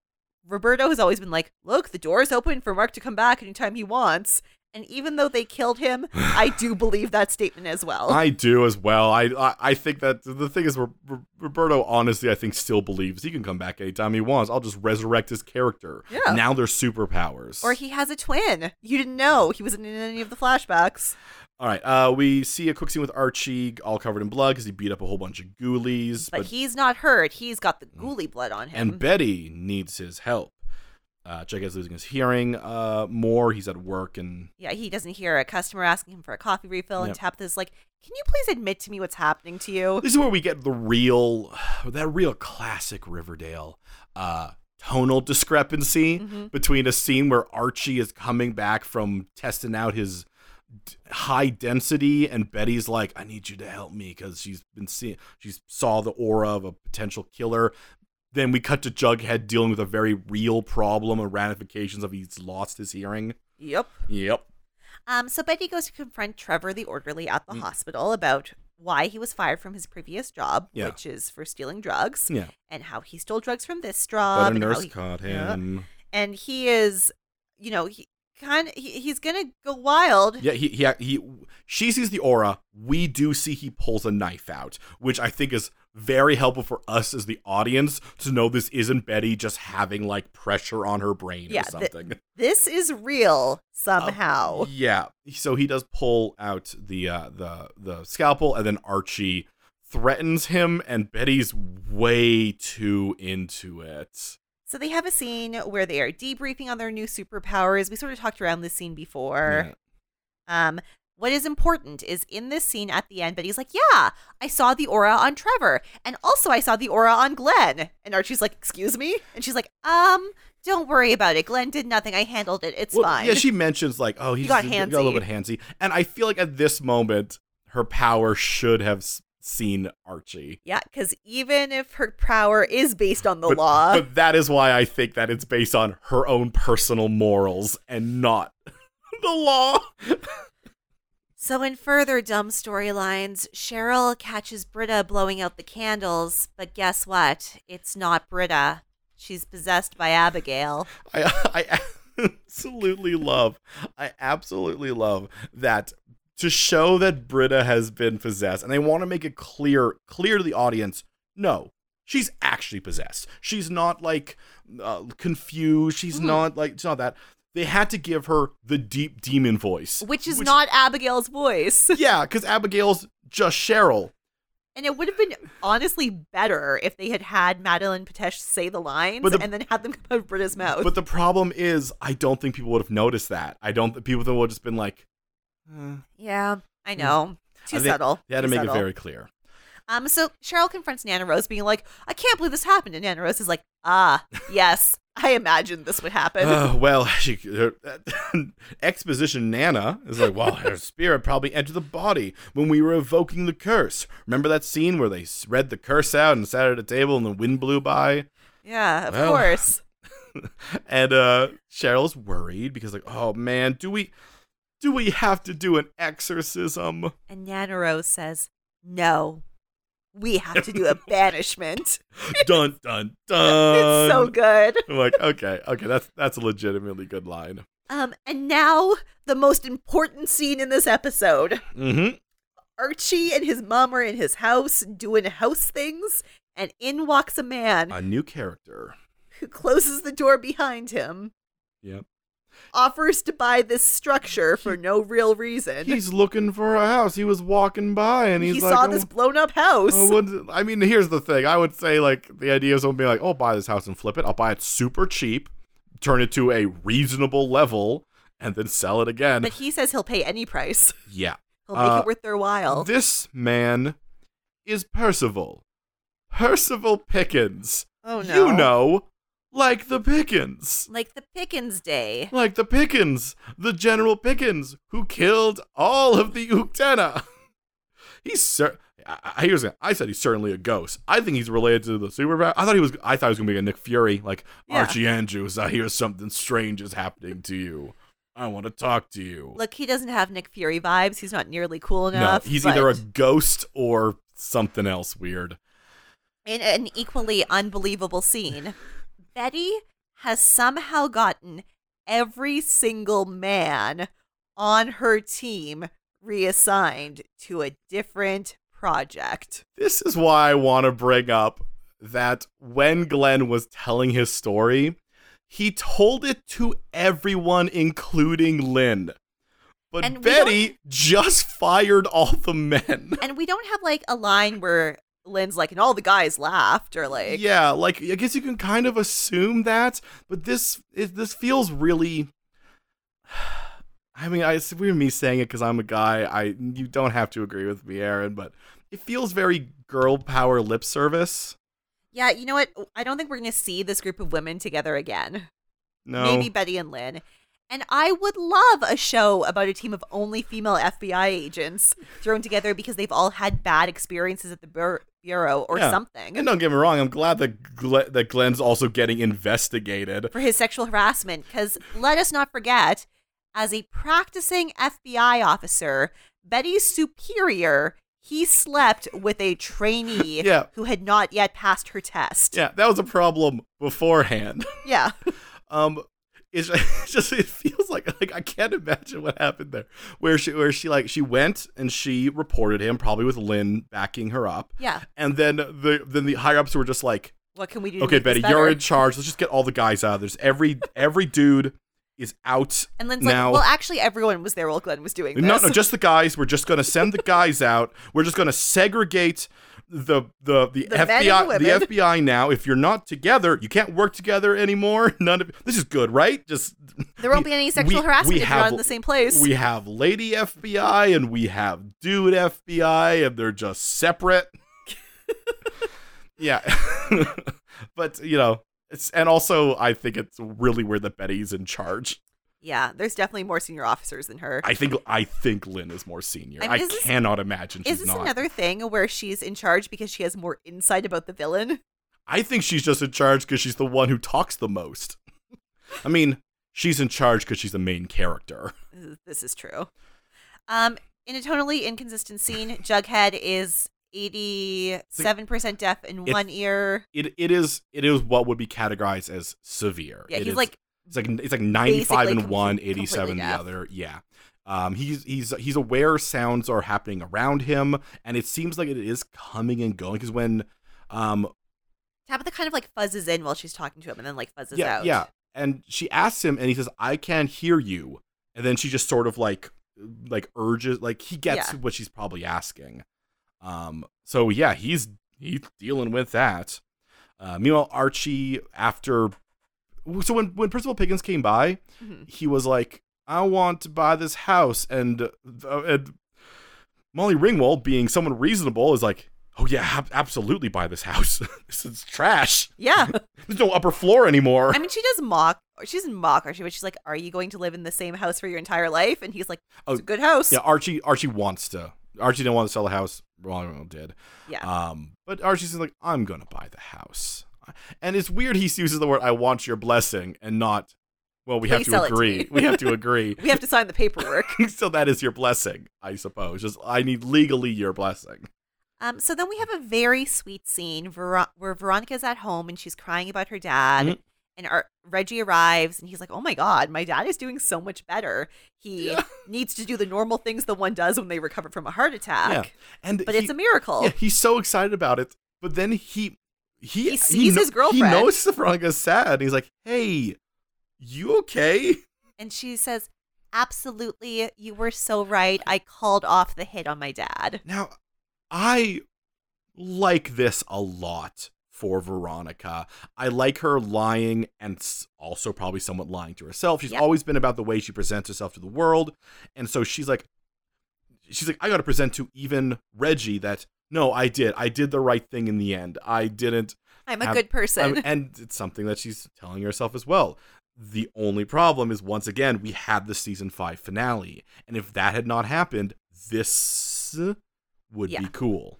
[SPEAKER 2] Roberto has always been like, look, the door's open for Mark to come back anytime he wants. And even though they killed him, I do believe that statement as well.
[SPEAKER 3] I do as well. I I, I think that the thing is, Ro- Ro- Roberto honestly, I think still believes he can come back anytime he wants. I'll just resurrect his character.
[SPEAKER 2] Yeah.
[SPEAKER 1] now they're superpowers.
[SPEAKER 2] or he has a twin. You didn't know. He wasn't in any of the flashbacks.
[SPEAKER 1] All right. Uh, we see a quick scene with Archie, all covered in blood, because he beat up a whole bunch of ghoulies.
[SPEAKER 2] But, he's not hurt. He's got the ghoulie blood on him.
[SPEAKER 1] and Betty needs his help. Uh, Jack is losing his hearing uh, more. He's at work, and
[SPEAKER 2] yeah, he doesn't hear a customer asking him for a coffee refill and
[SPEAKER 1] Yep.
[SPEAKER 2] tap this like, "Can you please admit to me what's happening to you?"
[SPEAKER 1] this is where we get the real, that real classic Riverdale uh, tonal discrepancy
[SPEAKER 2] Mhm.
[SPEAKER 1] between a scene where Archie is coming back from testing out his d- high density, and Betty's like, "I need you to help me," because she's been seeing, she saw the aura of a potential killer. Then we cut to Jughead dealing with a very real problem and ramifications of he's lost his hearing.
[SPEAKER 2] Yep.
[SPEAKER 1] Yep.
[SPEAKER 2] Um. So Betty goes to confront Trevor, the orderly, at
[SPEAKER 1] Mm.
[SPEAKER 2] the hospital about why he was fired from his previous job,
[SPEAKER 1] Yeah.
[SPEAKER 2] which is for stealing drugs,
[SPEAKER 1] Yeah.
[SPEAKER 2] and how he stole drugs from this
[SPEAKER 1] But
[SPEAKER 2] job,
[SPEAKER 1] a
[SPEAKER 2] and, how
[SPEAKER 1] nurse
[SPEAKER 2] he-
[SPEAKER 1] caught
[SPEAKER 2] Yeah.
[SPEAKER 1] him.
[SPEAKER 2] and he is, you know, he kind of he, he's gonna go wild.
[SPEAKER 1] Yeah, he, he he she sees the aura. We do see he pulls a knife out, which I think is very helpful for us as the audience to know this isn't Betty just having like pressure on her brain
[SPEAKER 2] Yeah,
[SPEAKER 1] or
[SPEAKER 2] the-
[SPEAKER 1] something. Um,
[SPEAKER 2] This is real somehow.
[SPEAKER 1] yeah. So he does pull out the uh the the scalpel and then Archie threatens him and Betty's way too into it.
[SPEAKER 2] So they have a scene where they are debriefing on their new superpowers. We sort of talked around this scene before. Um, what is important is in this scene at the end, Betty's like, "Yeah, I saw the aura on Trevor, and also I saw the aura on Glenn." And Archie's like, "Excuse me?" And she's like, "Um, don't worry about it. Glenn did nothing. I handled it. It's
[SPEAKER 1] Well,
[SPEAKER 2] fine."
[SPEAKER 1] Yeah, she mentions like, oh, he,
[SPEAKER 2] He
[SPEAKER 1] just
[SPEAKER 2] got
[SPEAKER 1] a little bit handsy, and I feel like at this moment her power should have s- seen Archie.
[SPEAKER 2] yeah, because even if her power is based on the
[SPEAKER 1] but,
[SPEAKER 2] law,
[SPEAKER 1] but that is why I think that it's based on her own personal morals and not the law.
[SPEAKER 2] So, in further dumb storylines, Cheryl catches Britta blowing out the candles, but guess what? It's not Britta. She's possessed by Abigail.
[SPEAKER 1] I, I absolutely love, I absolutely love that to show that Britta has been possessed, and I want to make it clear, clear to the audience, no. She's actually possessed. She's not like uh, confused. She's
[SPEAKER 2] Mhm.
[SPEAKER 1] not like it's not that. They had to give her the deep demon voice,
[SPEAKER 2] Which is not Abigail's voice.
[SPEAKER 1] yeah, because Abigail's just Cheryl.
[SPEAKER 2] And it would have been honestly better if they had had Madeline Patesh say the lines
[SPEAKER 1] But the-
[SPEAKER 2] and then had them come out of Britta's mouth.
[SPEAKER 1] But the problem is, I don't think people would have noticed that. I don't. People would have just been like, eh.
[SPEAKER 2] yeah, I know. Too
[SPEAKER 1] Hmm. I think
[SPEAKER 2] subtle.
[SPEAKER 1] they had to
[SPEAKER 2] Too
[SPEAKER 1] make
[SPEAKER 2] subtle.
[SPEAKER 1] it very clear.
[SPEAKER 2] Um, so Cheryl confronts Nana Rose, being like, "I can't believe this happened," and Nana Rose is like, "Ah, yes, I imagined this would happen."
[SPEAKER 1] Uh, well, she, her, exposition Nana is like, well, her spirit probably entered the body when we were evoking the curse. Remember that scene where they s- read the curse out and sat at a table and the wind blew by?
[SPEAKER 2] yeah, of
[SPEAKER 1] well.
[SPEAKER 2] course.
[SPEAKER 1] And uh, Cheryl's worried because, like, oh man, do we do we have to do an exorcism?
[SPEAKER 2] And Nana Rose says, "No, we have to do a banishment."
[SPEAKER 1] dun dun dun.
[SPEAKER 2] it's so good.
[SPEAKER 1] I'm like, okay, okay, that's that's a legitimately good line.
[SPEAKER 2] Um, and now the most important scene in this episode.
[SPEAKER 1] Mm-hmm.
[SPEAKER 2] Archie and his mom are in his house doing house things, and in walks a man
[SPEAKER 1] A new character.
[SPEAKER 2] who closes the door behind him,
[SPEAKER 1] Yep.
[SPEAKER 2] offers to buy this structure for no real reason.
[SPEAKER 1] He's looking for a house. He was walking by and he's
[SPEAKER 2] he
[SPEAKER 1] like,
[SPEAKER 2] saw
[SPEAKER 1] "Oh,
[SPEAKER 2] this blown up house.
[SPEAKER 1] oh, what- I mean, here's the thing. I would say like the idea is someone being like, "Oh, I'll buy this house and flip it. I'll buy it super cheap, turn it to a reasonable level, and then sell it again."
[SPEAKER 2] but he says he'll pay any price.
[SPEAKER 1] yeah.
[SPEAKER 2] He'll make
[SPEAKER 1] Uh,
[SPEAKER 2] it worth their while.
[SPEAKER 1] This man is Percival. Percival Pickens.
[SPEAKER 2] oh no.
[SPEAKER 1] You know, like the Pickens.
[SPEAKER 2] Like the Pickens Day.
[SPEAKER 1] Like the Pickens, the General Pickens, who killed all of the Uktena. He's cer- I, I, here's the- I said he's certainly a ghost. I think he's related to the Super. I thought he was. I thought he was gonna be a Nick Fury, like
[SPEAKER 2] Yeah.
[SPEAKER 1] Archie Andrews. I hear something strange is happening to you. I want to talk to you.
[SPEAKER 2] Look, he doesn't have Nick Fury vibes. He's not nearly cool
[SPEAKER 1] no,
[SPEAKER 2] enough.
[SPEAKER 1] he's
[SPEAKER 2] but-
[SPEAKER 1] either a ghost or something else weird.
[SPEAKER 2] in an equally unbelievable scene, Betty has somehow gotten every single man on her team reassigned to a different project.
[SPEAKER 1] This is why I want to bring up that when Glenn was telling his story, he told it to everyone, including Lynn. But
[SPEAKER 2] And we
[SPEAKER 1] Betty just fired all the men.
[SPEAKER 2] And we don't have like a line where Lynn's like, and all the guys laughed or like,
[SPEAKER 1] yeah, like I guess you can kind of assume that, but this is this feels really. I mean, I, it's weird me saying it because I'm a guy. I you don't have to agree with me, Aaron, but it feels very girl power lip service.
[SPEAKER 2] yeah, you know what? I don't think we're going to see this group of women together again.
[SPEAKER 1] No,
[SPEAKER 2] Maybe Betty and Lynn. And I would love a show about a team of only female FBI agents thrown together because they've all had bad experiences at the bur- bureau or
[SPEAKER 1] Yeah.
[SPEAKER 2] something
[SPEAKER 1] And don't get me wrong, I'm glad that Gle- that Glenn's also getting investigated.
[SPEAKER 2] for his sexual harassment. Because let us not forget, as a practicing FBI officer, Betty's superior, he slept with a trainee
[SPEAKER 1] Yeah.
[SPEAKER 2] who had not yet passed her test.
[SPEAKER 1] Yeah, that was a problem beforehand.
[SPEAKER 2] yeah.
[SPEAKER 1] Um, it's it's just it feels like like I can't imagine what happened there. Where she where she like she went and she reported him probably with Lynn backing her up,
[SPEAKER 2] Yeah.
[SPEAKER 1] and then the then the higher ups were just like,
[SPEAKER 2] What can we do? to
[SPEAKER 1] okay,
[SPEAKER 2] make this
[SPEAKER 1] Betty, you're
[SPEAKER 2] better?
[SPEAKER 1] in charge. Let's just get all the guys out. of this. every every dude is out
[SPEAKER 2] And Lynn's
[SPEAKER 1] now.
[SPEAKER 2] like, well, actually, everyone was there while Glenn was doing this.
[SPEAKER 1] No, no, just the guys. We're just gonna send the guys out. We're just gonna segregate the the the,
[SPEAKER 2] The men and
[SPEAKER 1] FBI
[SPEAKER 2] women.
[SPEAKER 1] the FBI now. If you're not together, you can't work together anymore. None of this is good, right? Just
[SPEAKER 2] There won't
[SPEAKER 1] we-
[SPEAKER 2] be any sexual
[SPEAKER 1] we-
[SPEAKER 2] harassment
[SPEAKER 1] we
[SPEAKER 2] if you're
[SPEAKER 1] have-
[SPEAKER 2] not in the same place.
[SPEAKER 1] we have lady FBI and we have dude FBI, and they're just separate. yeah, but you know. It's, and also, I think it's really weird that Betty's in charge.
[SPEAKER 2] yeah, there's definitely more senior officers than her.
[SPEAKER 1] I think I think Lynn is more senior.
[SPEAKER 2] I
[SPEAKER 1] I,
[SPEAKER 2] mean, is this-
[SPEAKER 1] cannot imagine she's
[SPEAKER 2] Is this
[SPEAKER 1] not.
[SPEAKER 2] another thing where she's in charge because she has more insight about the villain?
[SPEAKER 1] I think she's just in charge because she's the one who talks the most. I mean, she's in charge because she's the main character.
[SPEAKER 2] This is true. Um, in a tonally inconsistent scene, Jughead is 87% deaf in
[SPEAKER 1] It-
[SPEAKER 2] one ear.
[SPEAKER 1] It it is it is what would be categorized as severe.
[SPEAKER 2] Yeah,
[SPEAKER 1] It
[SPEAKER 2] he's
[SPEAKER 1] is-
[SPEAKER 2] like,
[SPEAKER 1] it's like it's like ninety five in
[SPEAKER 2] basically
[SPEAKER 1] one,
[SPEAKER 2] complete-
[SPEAKER 1] 87 in the
[SPEAKER 2] completely deaf.
[SPEAKER 1] other. Yeah. Um, he's he's he's aware sounds are happening around him, and it seems like it is coming and going. Because when, um,
[SPEAKER 2] Tabitha kind of like fuzzes in while she's talking to him and then like fuzzes
[SPEAKER 1] yeah,
[SPEAKER 2] out.
[SPEAKER 1] yeah, and she asks him, and he says, "I can't hear you," and then she just sort of like like urges, like he gets
[SPEAKER 2] Yeah.
[SPEAKER 1] what she's probably asking. Um, so yeah, he's he's dealing with that. Uh, meanwhile, Archie after so when when Percival Piggins came by,
[SPEAKER 2] Mhm.
[SPEAKER 1] he was like, "I want to buy this house," and uh, and Molly Ringwald, being someone reasonable, is like, "Oh yeah, ab- absolutely buy this house. this is trash.
[SPEAKER 2] Yeah.
[SPEAKER 1] There's no upper floor anymore."
[SPEAKER 2] I mean, she does mock, or she doesn't mock Archie, but she's like, "Are you going to live in the same house for your entire life?" And he's like, "It's
[SPEAKER 1] Oh,
[SPEAKER 2] a good house."
[SPEAKER 1] yeah, Archie Archie wants to. Archie didn't want to sell the house. Molly Ringwald did.
[SPEAKER 2] Yeah.
[SPEAKER 1] Um, but Archie's like, I'm gonna buy the house, and it's weird he uses the word "I want your blessing" and not, well, we have
[SPEAKER 2] Please
[SPEAKER 1] to
[SPEAKER 2] sell it to
[SPEAKER 1] agree.
[SPEAKER 2] me.
[SPEAKER 1] we have to agree.
[SPEAKER 2] we have to sign the paperwork.
[SPEAKER 1] so that is your blessing, I suppose. Just I need legally your blessing.
[SPEAKER 2] Um, so then we have a very sweet scene Vera- where Veronica's at home and she's crying about her dad.
[SPEAKER 1] Mhm.
[SPEAKER 2] And our- Reggie arrives and he's like, "Oh my god, my dad is doing so much better. He
[SPEAKER 1] Yeah.
[SPEAKER 2] needs to do the normal things the one does when they recover from a heart attack.
[SPEAKER 1] And
[SPEAKER 2] But
[SPEAKER 1] he,
[SPEAKER 2] it's a miracle."
[SPEAKER 1] yeah, he's so excited about it, but then he he
[SPEAKER 2] He sees his
[SPEAKER 1] He
[SPEAKER 2] girlfriend.
[SPEAKER 1] knows that Veronica's sad, and he's like, "Hey, you okay?"
[SPEAKER 2] And she says, "Absolutely, you were so right. I called off the hit on my dad."
[SPEAKER 1] Now, I like this a lot for Veronica. I like her lying and s- also probably somewhat lying to herself. She's
[SPEAKER 2] Yep.
[SPEAKER 1] always been about the way she presents herself to the world. And so she's like, she's like, I got to present to even Reggie that, no, I did. I did the right thing in the end. I didn't.
[SPEAKER 2] I'm a
[SPEAKER 1] Ab-
[SPEAKER 2] good person.
[SPEAKER 1] I'm- and it's something that she's telling herself as well. The only problem is, once again, we had the season five finale. And if that had not happened, this would be
[SPEAKER 2] Yeah.
[SPEAKER 1] cool.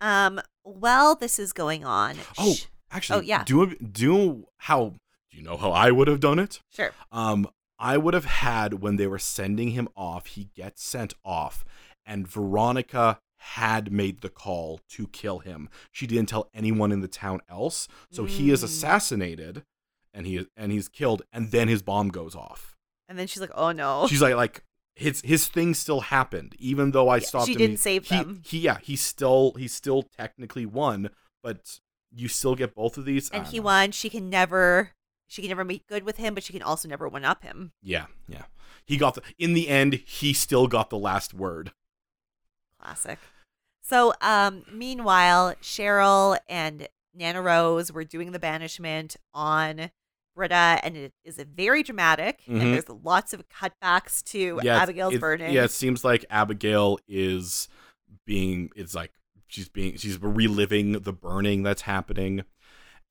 [SPEAKER 2] Um, while this is going on,
[SPEAKER 1] Oh,
[SPEAKER 2] sh-
[SPEAKER 1] actually,
[SPEAKER 2] Oh, yeah.
[SPEAKER 1] Do do how do you know how I would have done it?
[SPEAKER 2] sure.
[SPEAKER 1] Um, I would have had when they were sending him off. He gets sent off, and Veronica had made the call to kill him. She didn't tell anyone in the town else, so he is
[SPEAKER 2] Mm.
[SPEAKER 1] assassinated, and he and he's killed, and then his bomb goes off.
[SPEAKER 2] And then she's like, "Oh no."
[SPEAKER 1] She's like, like his his thing still happened, even though I
[SPEAKER 2] Yeah,
[SPEAKER 1] stopped.
[SPEAKER 2] she
[SPEAKER 1] him.
[SPEAKER 2] didn't save
[SPEAKER 1] he,
[SPEAKER 2] them.
[SPEAKER 1] He yeah, he still he still technically won, but you still get both of these. I
[SPEAKER 2] and
[SPEAKER 1] don't
[SPEAKER 2] he
[SPEAKER 1] know.
[SPEAKER 2] won. She can never, she can never make good with him, but she can also never one up him.
[SPEAKER 1] Yeah, yeah. He got the in the end. He still got the last word.
[SPEAKER 2] Classic. So, um, meanwhile, Cheryl and Nana Rose were doing the banishment on Britta, and it is very dramatic.
[SPEAKER 1] Mhm.
[SPEAKER 2] And there's lots of cutbacks to
[SPEAKER 1] Yeah, it's-
[SPEAKER 2] Abigail's
[SPEAKER 1] it-
[SPEAKER 2] burning.
[SPEAKER 1] Yeah, it seems like Abigail is being. It's like she's being. She's reliving the burning that's happening.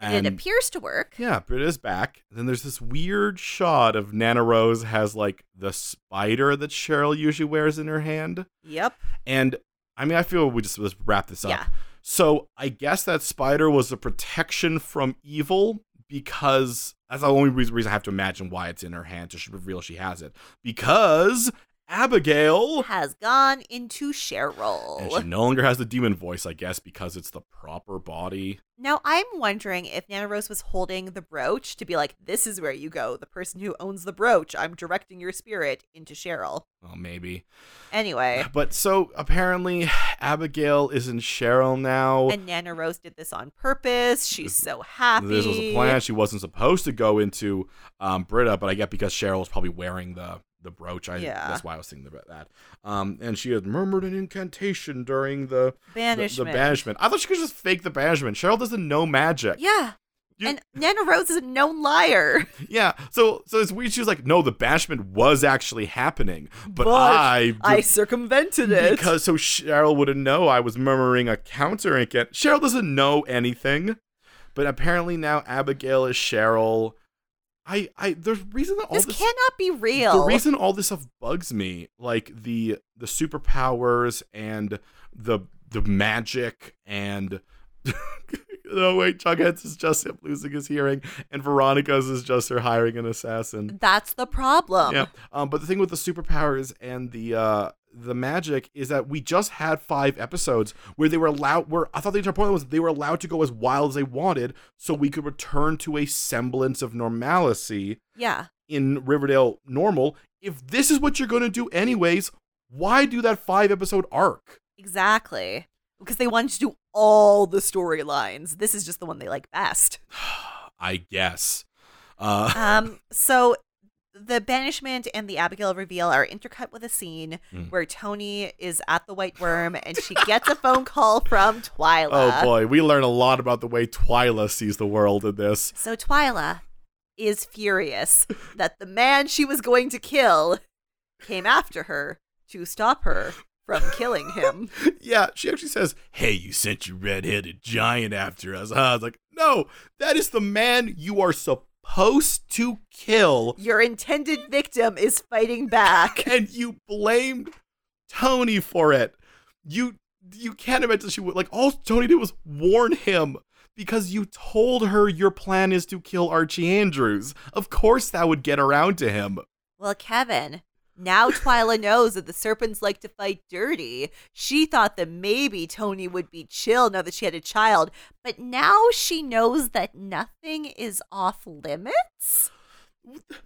[SPEAKER 2] and, it appears to work.
[SPEAKER 1] Yeah, Britta's back. Then there's this weird shot of Nana Rose has like the spider that Cheryl usually wears in her hand.
[SPEAKER 2] Yep.
[SPEAKER 1] And I mean, I feel we just let's wrap this up.
[SPEAKER 2] Yeah.
[SPEAKER 1] So I guess that spider was a protection from evil because that's the only reason, reason I have to imagine why it's in her hand to sh- reveal she has it. Because Abigail.
[SPEAKER 2] Has gone into
[SPEAKER 1] And
[SPEAKER 2] Cheryl.
[SPEAKER 1] she no longer has the demon voice, I guess, because it's the proper body.
[SPEAKER 2] Now I'm wondering if Nana Rose was holding the brooch to be like, "This is where you go." The person who owns the brooch, I'm directing your spirit into Cheryl.
[SPEAKER 1] Well, maybe.
[SPEAKER 2] Anyway,
[SPEAKER 1] But so apparently, Abigail is in Cheryl now.
[SPEAKER 2] and Nana Rose did this on purpose. She's
[SPEAKER 1] This-
[SPEAKER 2] so happy.
[SPEAKER 1] This was a plan. She wasn't supposed to go into um, Britta, but I get because Cheryl was probably wearing the the brooch. I,
[SPEAKER 2] Yeah.
[SPEAKER 1] That's why I was thinking about that. Um, and she had murmured an incantation during the the- The,
[SPEAKER 2] Banishment.
[SPEAKER 1] banishment. I thought she could just fake the banishment. Cheryl doesn't know magic.
[SPEAKER 2] Yeah.
[SPEAKER 1] You-
[SPEAKER 2] And Nana Rose is a known liar.
[SPEAKER 1] Yeah. So so it's weird. She was like, no, the banishment was actually happening, but,
[SPEAKER 2] But
[SPEAKER 1] I.
[SPEAKER 2] I circumvented it.
[SPEAKER 1] because so Cheryl wouldn't know I was murmuring a counter incant. Cheryl doesn't know anything, but apparently now Abigail is Cheryl. I I there's reason that all
[SPEAKER 2] this,
[SPEAKER 1] this,
[SPEAKER 2] cannot be real.
[SPEAKER 1] the reason all this stuff bugs me, like the the superpowers and the the magic and no wait, Jughead's is just him losing his hearing, and Veronica's is just her hiring an assassin
[SPEAKER 2] That's the problem.
[SPEAKER 1] yeah. Um, but the thing with the superpowers and the uh, the magic is that we just had five episodes where they were allowed. Where I thought the entire point was they were allowed to go as wild as they wanted, so we could return to a semblance of normalcy
[SPEAKER 2] Yeah.
[SPEAKER 1] in Riverdale normal. If this is what you're going to do anyways, why do that five episode arc?
[SPEAKER 2] Exactly. Because they wanted to do all the storylines. This is just the one they like best.
[SPEAKER 1] I guess. Uh,
[SPEAKER 2] Um, so the banishment and the Abigail reveal are intercut with a scene
[SPEAKER 1] Hmm.
[SPEAKER 4] Mm.
[SPEAKER 2] where Tony is at the White Worm and she gets a phone call from Twyla.
[SPEAKER 1] oh boy, we learn a lot about the way Twyla sees the world in this.
[SPEAKER 2] So Twyla is furious that the man she was going to kill came after her to stop her from killing him.
[SPEAKER 1] Yeah, she actually says, "Hey, you sent your red-headed giant after us." Huh? I was like, "No, that is the man you are supposed to kill."
[SPEAKER 2] Your intended victim is fighting back.
[SPEAKER 1] and you blamed Tony for it. You you can't imagine she would like all Tony did was warn him because you told her your plan is to kill Archie Andrews. Of course that would get around to him.
[SPEAKER 2] Well, Kevin, now Twyla knows that the serpents like to fight dirty. She thought that maybe Tony would be chill now that she had a child, but now she knows that nothing is off limits.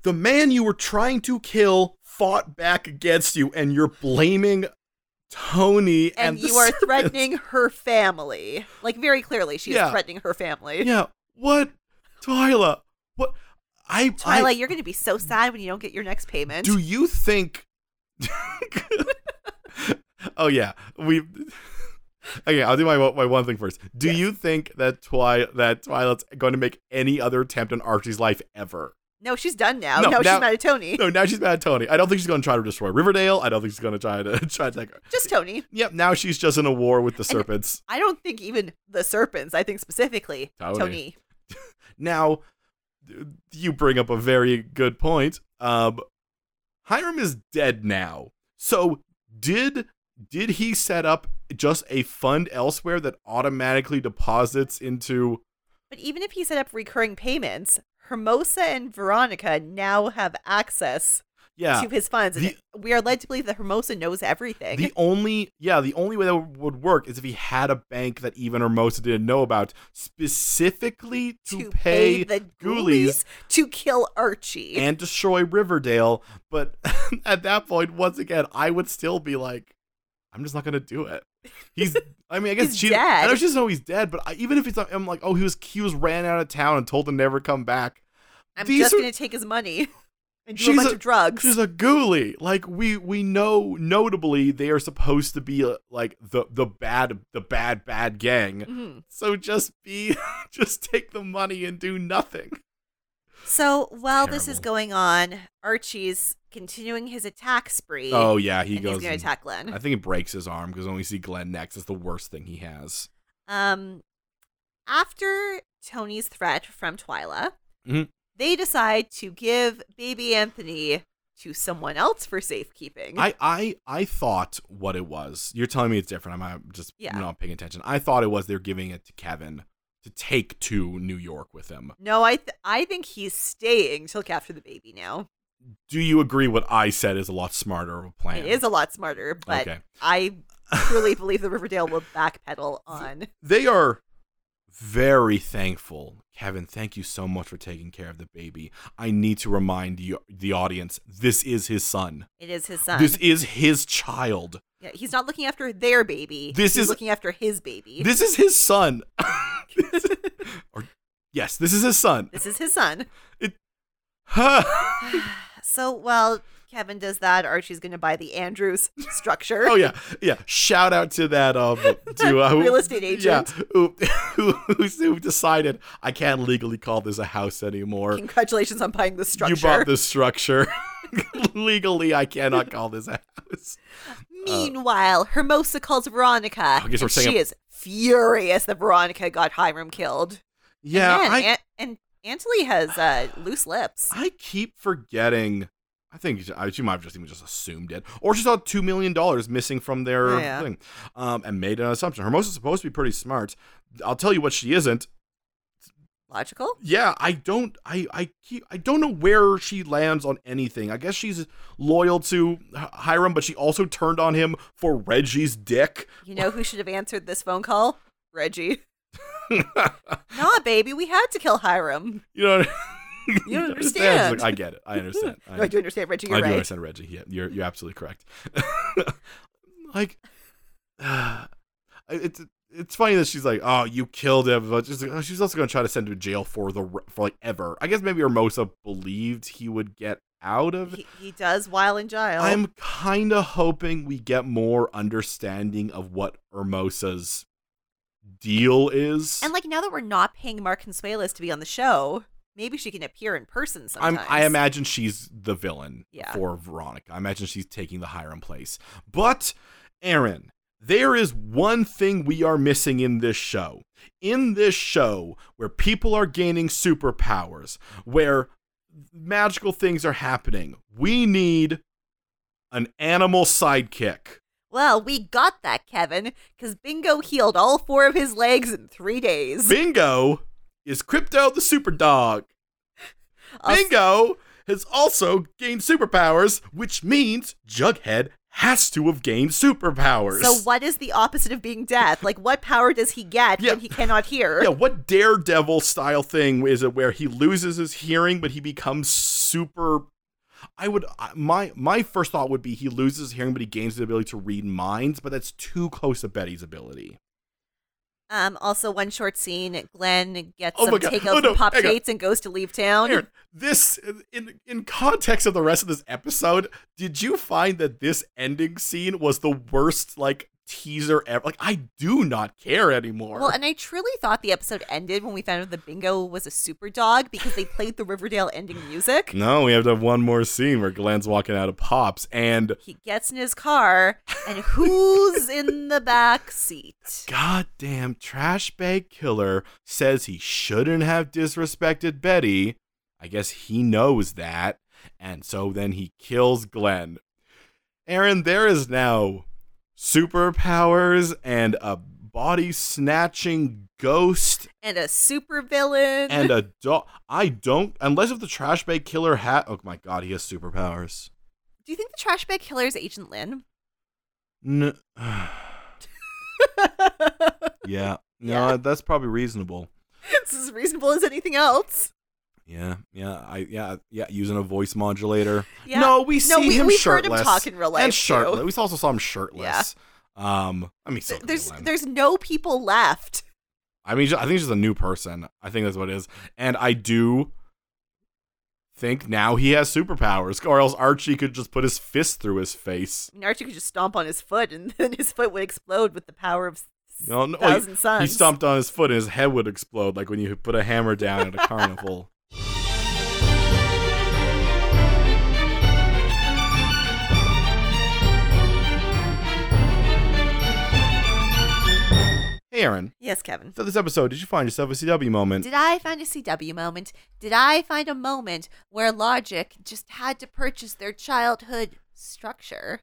[SPEAKER 1] The man you were trying to kill fought back against you and you're blaming Tony and,
[SPEAKER 2] And,
[SPEAKER 1] the
[SPEAKER 2] you are
[SPEAKER 1] servants.
[SPEAKER 2] threatening her family. Like, very clearly, she
[SPEAKER 1] Yeah.
[SPEAKER 2] is threatening her family.
[SPEAKER 1] Yeah. What? Twyla. What I
[SPEAKER 2] Twyla,
[SPEAKER 1] I,
[SPEAKER 2] you're going to be so sad when you don't get your next payment.
[SPEAKER 1] Do you think? oh yeah, we. Okay, I'll do my one- my one thing first. Do you think that Twi that Twilight's going to make any other attempt on Archie's life ever?
[SPEAKER 2] no, she's done now.
[SPEAKER 1] No,
[SPEAKER 2] No,
[SPEAKER 1] now-
[SPEAKER 2] she's mad at Tony.
[SPEAKER 1] No, now she's mad at Tony. I don't think she's going to try to destroy Riverdale. I don't think she's going to try to try to. Like,
[SPEAKER 2] Just Tony.
[SPEAKER 1] yep, now she's just in a war with the serpents.
[SPEAKER 2] I don't think even the serpents, I think specifically
[SPEAKER 1] Tony.
[SPEAKER 2] Tony.
[SPEAKER 1] Now, th- you bring up a very good point. Um, Hiram is dead now. So did did he set up just a fund elsewhere that automatically deposits into?
[SPEAKER 2] But even if he set up recurring payments, Hermosa and Veronica now have access
[SPEAKER 1] Yeah.
[SPEAKER 2] to his funds. and
[SPEAKER 1] The-
[SPEAKER 2] we are led to believe that Hermosa knows everything.
[SPEAKER 1] The only yeah, the only way that would work is if he had a bank that even Hermosa didn't know about, specifically to, pay,
[SPEAKER 2] the
[SPEAKER 1] ghoulies
[SPEAKER 2] ghoulies to kill Archie.
[SPEAKER 1] and destroy Riverdale. But at that point, once again, I would still be like, I'm just not gonna do it. He's. I mean, I guess
[SPEAKER 2] He's
[SPEAKER 1] she.
[SPEAKER 2] dead.
[SPEAKER 1] I know she doesn't know he's dead, but I, even if he's, not, I'm like, oh, he was he was ran out of town and told to never come back.
[SPEAKER 2] I'm
[SPEAKER 1] these
[SPEAKER 2] just
[SPEAKER 1] are-
[SPEAKER 2] going to take his money and do a
[SPEAKER 1] She's
[SPEAKER 2] bunch
[SPEAKER 1] a-
[SPEAKER 2] of drugs.
[SPEAKER 1] She's a ghoulie. Like we we know notably they are supposed to be uh, like the the bad the bad bad gang.
[SPEAKER 2] Mhm.
[SPEAKER 1] So just be just take the money and do nothing.
[SPEAKER 2] So while this is
[SPEAKER 4] Terrible.
[SPEAKER 2] going on, Archie's continuing his attack spree.
[SPEAKER 4] Oh yeah, he
[SPEAKER 2] and
[SPEAKER 4] goes.
[SPEAKER 2] he's going
[SPEAKER 4] and-
[SPEAKER 2] to attack Glenn.
[SPEAKER 4] I think it breaks his arm because when we see Glenn next, it's the worst thing he has.
[SPEAKER 2] Um, after Tony's threat from Twyla,
[SPEAKER 4] Mhm.
[SPEAKER 2] they decide to give baby Anthony to someone else for safekeeping.
[SPEAKER 4] I, I I thought what it was. You're telling me it's different. I'm, I'm just
[SPEAKER 2] Yeah.
[SPEAKER 4] not paying attention. I thought it was they're giving it to Kevin to take to New York with him.
[SPEAKER 2] no, I th- I think he's staying to look after the baby now.
[SPEAKER 4] Do you agree? What I said is a lot smarter of a plan.
[SPEAKER 2] It is a lot smarter, but
[SPEAKER 4] Okay.
[SPEAKER 2] I truly believe the Riverdale will backpedal on.
[SPEAKER 4] They are very thankful. Kevin, thank you so much for taking care of the baby. I need to remind you, the audience this is his son.
[SPEAKER 2] It is his son.
[SPEAKER 4] This is his child.
[SPEAKER 2] yeah, he's not looking after their baby.
[SPEAKER 4] This
[SPEAKER 2] he's
[SPEAKER 4] is-
[SPEAKER 2] looking after his baby.
[SPEAKER 4] This is his son. This- or, yes, this is his son.
[SPEAKER 2] this is his son.
[SPEAKER 1] Oh,
[SPEAKER 4] Huh.
[SPEAKER 2] So while Kevin does that, Archie's going to buy the Andrews structure.
[SPEAKER 1] Oh yeah, yeah. Shout out to that um to uh, who-
[SPEAKER 2] Real estate
[SPEAKER 1] Yeah,
[SPEAKER 2] agent.
[SPEAKER 1] who, who, who, who decided I can't legally call this a house anymore.
[SPEAKER 2] Congratulations on buying the structure.
[SPEAKER 1] You bought this structure. legally, I cannot call this a house. uh,
[SPEAKER 2] Meanwhile, Hermosa calls Veronica.
[SPEAKER 4] I guess we're
[SPEAKER 2] and
[SPEAKER 4] saying
[SPEAKER 2] she
[SPEAKER 4] a-
[SPEAKER 2] is furious that Veronica got Hiram killed.
[SPEAKER 1] Yeah,
[SPEAKER 2] and,
[SPEAKER 1] I
[SPEAKER 2] man, An- and Antley has uh, loose lips.
[SPEAKER 1] I keep forgetting. I think she, I- she might have just even just assumed it, or she saw two million dollars missing from their
[SPEAKER 2] Oh, yeah.
[SPEAKER 1] thing, um, and made an assumption. Hermosa's supposed to be pretty smart. I'll tell you what she isn't.
[SPEAKER 2] Logical.
[SPEAKER 1] Yeah, I don't. I I keep. I don't know where she lands on anything. I guess she's loyal to Hi- Hiram, but she also turned on him for Reggie's dick.
[SPEAKER 2] You know who should have answered this phone call? Reggie. Nah, baby, we had to kill Hiram.
[SPEAKER 1] You know.
[SPEAKER 2] You don't
[SPEAKER 1] understand.
[SPEAKER 2] understand.
[SPEAKER 1] I get it. I understand.
[SPEAKER 2] No, I do understand, Reggie. You're
[SPEAKER 1] I
[SPEAKER 2] right.
[SPEAKER 1] do understand Reggie. Yeah, you're you're absolutely correct. like, uh, it's it's funny that she's like, "Oh, you killed him," but she's, like, oh, she's also going to try to send him to jail for the re- for like ever. I guess maybe Hermosa believed he would get out of
[SPEAKER 2] He, he does while in jail.
[SPEAKER 1] I'm kind of hoping we get more understanding of what Hermosa's deal is.
[SPEAKER 2] and like now that we're not paying Mark Consuelos to be on the show, maybe she can appear in person
[SPEAKER 1] I'm,
[SPEAKER 2] sometimes.
[SPEAKER 1] I imagine she's the villain
[SPEAKER 2] Yeah.
[SPEAKER 1] for Veronica. I imagine she's taking the Hiram place. But, Aaron, there is one thing we are missing in this show. In this show, where people are gaining superpowers, where magical things are happening, we need an animal sidekick.
[SPEAKER 2] Well, we got that, Kevin, because Bingo healed all four of his legs in three days.
[SPEAKER 1] Bingo is Crypto the Super Dog.
[SPEAKER 2] I'll-
[SPEAKER 1] Bingo has also gained superpowers, which means Jughead has to have gained superpowers.
[SPEAKER 2] So what is the opposite of being deaf? Like what power does he get
[SPEAKER 1] Yeah.
[SPEAKER 2] when he cannot hear?
[SPEAKER 1] Yeah, what daredevil style thing is it where he loses his hearing but he becomes super I would I- my my first thought would be he loses his hearing but he gains the ability to read minds, but that's too close to Betty's ability.
[SPEAKER 2] Um also one short scene, Glenn gets
[SPEAKER 1] Oh
[SPEAKER 2] some
[SPEAKER 1] my God.
[SPEAKER 2] takeout
[SPEAKER 1] Oh, no.
[SPEAKER 2] from Pop
[SPEAKER 1] Hang on.
[SPEAKER 2] Tates and goes to leave town.
[SPEAKER 1] Aaron, this in in context of the rest of this episode, did you find that this ending scene was the worst like teaser ever? Like I do not care anymore.
[SPEAKER 2] Well, and I truly thought the episode ended when we found out that Bingo was a super dog because they played the Riverdale ending music.
[SPEAKER 1] no, we have to have one more scene where Glenn's walking out of Pops and
[SPEAKER 2] He gets in his car, and who's in the back seat?
[SPEAKER 1] goddamn trash bag killer says he shouldn't have disrespected Betty. I guess he knows that. And so then he kills Glenn. Aaron, there is now superpowers and a body snatching ghost
[SPEAKER 2] And a super villain.
[SPEAKER 1] and a dog. I don't, unless if the trash bag killer hat. Oh my god, he has superpowers.
[SPEAKER 2] Do you think the trash bag killer is Agent Lynn?
[SPEAKER 1] N- yeah. No, that's probably reasonable.
[SPEAKER 2] it's as reasonable as anything else.
[SPEAKER 1] Yeah, yeah, I yeah yeah using a voice modulator.
[SPEAKER 2] Yeah.
[SPEAKER 1] No, we see
[SPEAKER 2] No, we-
[SPEAKER 1] him
[SPEAKER 2] we've heard him
[SPEAKER 1] shirtless.
[SPEAKER 2] talk in real life, too.
[SPEAKER 1] and shirtless. We also saw him shirtless. Um, I mean, so
[SPEAKER 2] Th- There's
[SPEAKER 1] Glenn.
[SPEAKER 2] there's no people left.
[SPEAKER 1] I mean, ju- I think he's just a new person. I think that's what it is. And I do think now he has superpowers, or else Archie could just put his fist through his face.
[SPEAKER 2] I mean, Archie could just stomp on his foot, and then his foot would explode with the power of s-
[SPEAKER 1] No, no,
[SPEAKER 2] thousand
[SPEAKER 1] he,
[SPEAKER 2] suns.
[SPEAKER 1] he stomped on his foot, and his head would explode, like when you put a hammer down at a carnival. Hey, Aaron.
[SPEAKER 2] Yes, Kevin.
[SPEAKER 1] So this episode, did you find yourself a CW moment?
[SPEAKER 2] Did I find a CW moment? Did I find a moment where Logic just had to purchase their childhood structure?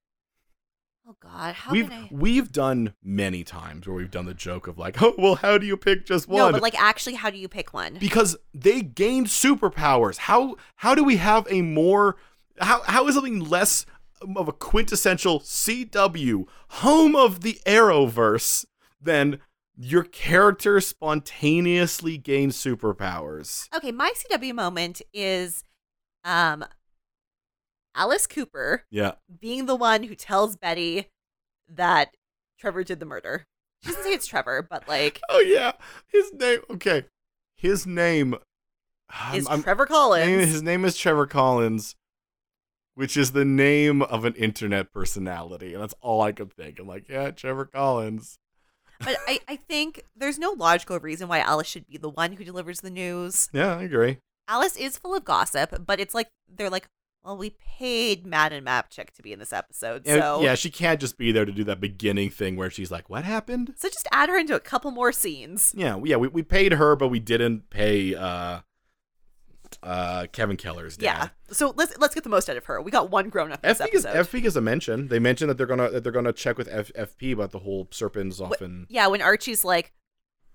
[SPEAKER 2] Oh God, how
[SPEAKER 1] we've
[SPEAKER 2] can I?
[SPEAKER 1] we've done many times where we've done the joke of like, oh well, how do you pick just one?
[SPEAKER 2] No, but like actually, how do you pick one?
[SPEAKER 1] because they gained superpowers. How how do we have a more how how is something less of a quintessential CW home of the Arrowverse than your character spontaneously gains superpowers?
[SPEAKER 2] okay, my CW moment is, um, Alice Cooper
[SPEAKER 1] Yeah,
[SPEAKER 2] being the one who tells Betty that Trevor did the murder. She doesn't say it's Trevor, but like
[SPEAKER 1] Oh yeah, his name. Okay, his name
[SPEAKER 2] is
[SPEAKER 1] I'm-
[SPEAKER 2] Trevor
[SPEAKER 1] I'm-
[SPEAKER 2] Collins.
[SPEAKER 1] name- his name is Trevor Collins, which is the name of an internet personality, and that's all I could think. I'm like, yeah, Trevor Collins.
[SPEAKER 2] But I, I think there's no logical reason why Alice should be the one who delivers the news.
[SPEAKER 1] Yeah, I agree.
[SPEAKER 2] Alice is full of gossip, but it's like they're like, well, we paid Matt and Mapchick to be in this episode,
[SPEAKER 1] And,
[SPEAKER 2] so
[SPEAKER 1] yeah, she can't just be there to do that beginning thing where she's like, "What happened?"
[SPEAKER 2] so just add her into a couple more scenes.
[SPEAKER 1] Yeah, we- yeah, we, we paid her, but we didn't pay uh, uh, Kevin Keller's dad.
[SPEAKER 2] Yeah. So let's let's get the most out of her. We got one grown up in this
[SPEAKER 1] FP is,
[SPEAKER 2] episode.
[SPEAKER 1] FP is a mention. They mentioned that they're gonna that they're gonna check with F, FP about the whole serpents often.
[SPEAKER 2] yeah, when Archie's like,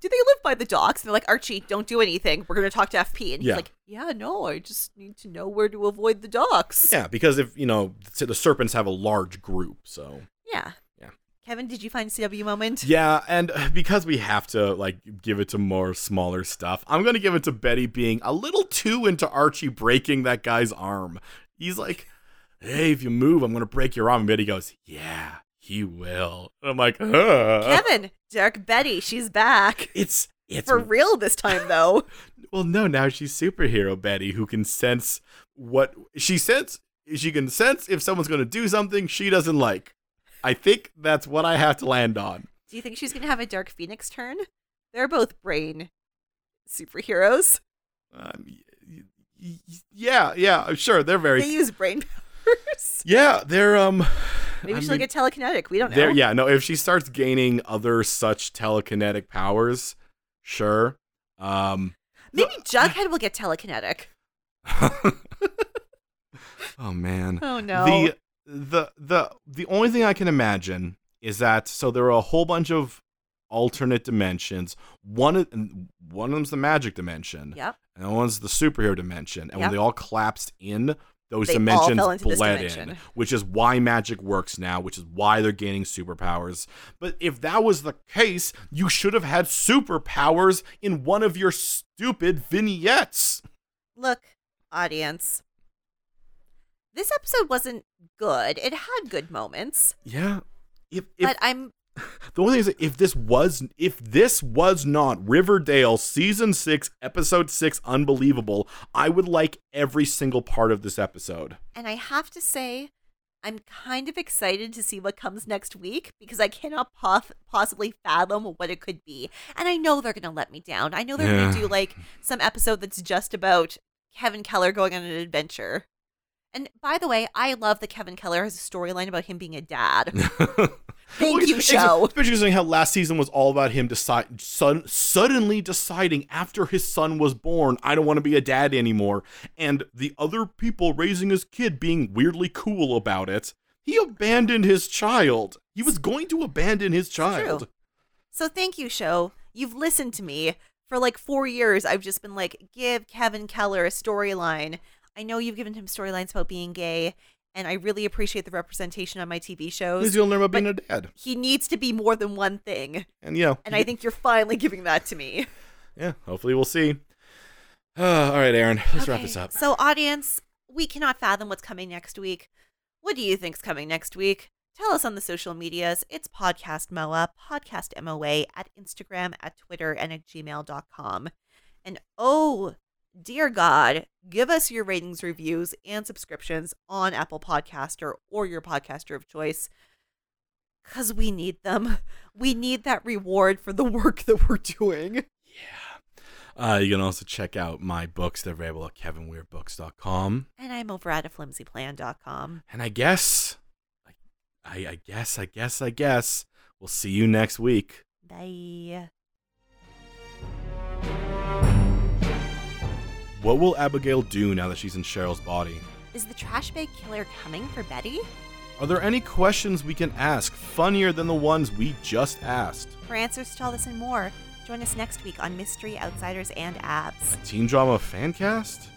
[SPEAKER 2] do they live by the docks? And they're like, Archie, don't do anything. We're going to talk to FP. And he's
[SPEAKER 1] Yeah.
[SPEAKER 2] like, yeah, no, I just need to know where to avoid the docks.
[SPEAKER 1] Yeah, because if you know the serpents have a large group, so
[SPEAKER 2] Yeah.
[SPEAKER 1] Yeah.
[SPEAKER 2] Kevin, did you find CW moment?
[SPEAKER 1] yeah, and because we have to like give it to more smaller stuff, I'm gonna give it to Betty being a little too into Archie breaking that guy's arm. He's like, "Hey, if you move, I'm gonna break your arm." And Betty goes, "Yeah, he will." And I'm like, "Huh."
[SPEAKER 2] Kevin, Dark Betty, she's back.
[SPEAKER 1] It's It's
[SPEAKER 2] For real this time, though.
[SPEAKER 1] well, no. Now she's superhero Betty, who can sense what she sense. She can sense if someone's going to do something she doesn't like. I think that's what I have to land on.
[SPEAKER 2] Do you think she's going to have a Dark Phoenix turn? They're both brain superheroes.
[SPEAKER 1] Um, y- y- y- yeah, yeah, I'm sure they're very.
[SPEAKER 2] They use brain powers.
[SPEAKER 1] yeah, they're um.
[SPEAKER 2] Maybe
[SPEAKER 1] I
[SPEAKER 2] she'll
[SPEAKER 1] mean,
[SPEAKER 2] get telekinetic. We don't know.
[SPEAKER 1] There, yeah, no. If she starts gaining other such telekinetic powers, sure. Um,
[SPEAKER 2] Maybe Jughead will get telekinetic.
[SPEAKER 1] oh man.
[SPEAKER 2] Oh no.
[SPEAKER 1] The the the the only thing I can imagine is that so there are a whole bunch of alternate dimensions. One of one of them's the magic dimension,
[SPEAKER 2] yep.
[SPEAKER 1] and the other one's the superhero dimension. And
[SPEAKER 2] Yep.
[SPEAKER 1] when they all collapsed in, those
[SPEAKER 2] They all
[SPEAKER 1] dimensions
[SPEAKER 2] fell into this
[SPEAKER 1] bled in,
[SPEAKER 2] dimension.
[SPEAKER 1] which is why magic works now, which is why they're gaining superpowers. But if that was the case, you should have had superpowers in one of your stupid vignettes.
[SPEAKER 2] Look, audience. This episode wasn't good. It had good moments,
[SPEAKER 1] Yeah. If, if
[SPEAKER 2] but I'm
[SPEAKER 1] The only thing is, if this was, if this was not Riverdale season six, episode six, unbelievable, I would like every single part of this episode.
[SPEAKER 2] and I have to say I'm kind of excited to see what comes next week because I cannot pof- possibly fathom what it could be. And I know they're going to let me down. I know they're going
[SPEAKER 1] Yeah.
[SPEAKER 2] to do like some episode that's just about Kevin Keller going on an adventure. And by the way, I love that Kevin Keller has a storyline about him being a dad. Thank you, show.
[SPEAKER 1] Especially considering how last season was all about him decide, sud- suddenly deciding after his son was born, I don't want to be a dad anymore, and the other people raising his kid being weirdly cool about it. He abandoned his child. He was going to abandon his child.
[SPEAKER 2] So thank you, show. You've listened to me for like four years. I've just been like, give Kevin Keller a storyline. I know you've given him storylines about being gay, and I really appreciate the representation on my TV
[SPEAKER 1] He's
[SPEAKER 2] shows.
[SPEAKER 1] going to learn about being a dad.
[SPEAKER 2] He needs to be more than one thing,
[SPEAKER 1] And yeah.
[SPEAKER 2] and I think you're finally giving that to me.
[SPEAKER 1] yeah, hopefully we'll see. all right, Aaron, let's wrap this
[SPEAKER 2] Okay,
[SPEAKER 1] up.
[SPEAKER 2] So, audience, we cannot fathom what's coming next week. What do you think's coming next week? Tell us on the social medias. It's podcast MOA, podcast MOA at Instagram, at Twitter, and at gmail.com. And oh, dear God, give us your ratings, reviews, and subscriptions on Apple Podcaster or your podcaster of choice because we need them. We need that reward for the work that we're doing.
[SPEAKER 1] Uh, you can also check out my books. They're available at kevinweirdbooks.com.
[SPEAKER 2] And I'm over at a flimsyplan.com.
[SPEAKER 1] And I guess, I, I, I guess, I guess, I guess, we'll see you next week.
[SPEAKER 2] Bye.
[SPEAKER 1] What will Abigail do now that she's in Cheryl's body?
[SPEAKER 2] Is the trash bag killer coming for Betty?
[SPEAKER 1] Are there any questions we can ask funnier than the ones we just asked?
[SPEAKER 2] For answers to all this and more, join us next week on Mystery Outsiders and
[SPEAKER 1] A
[SPEAKER 2] Abs.
[SPEAKER 1] teen drama fan cast?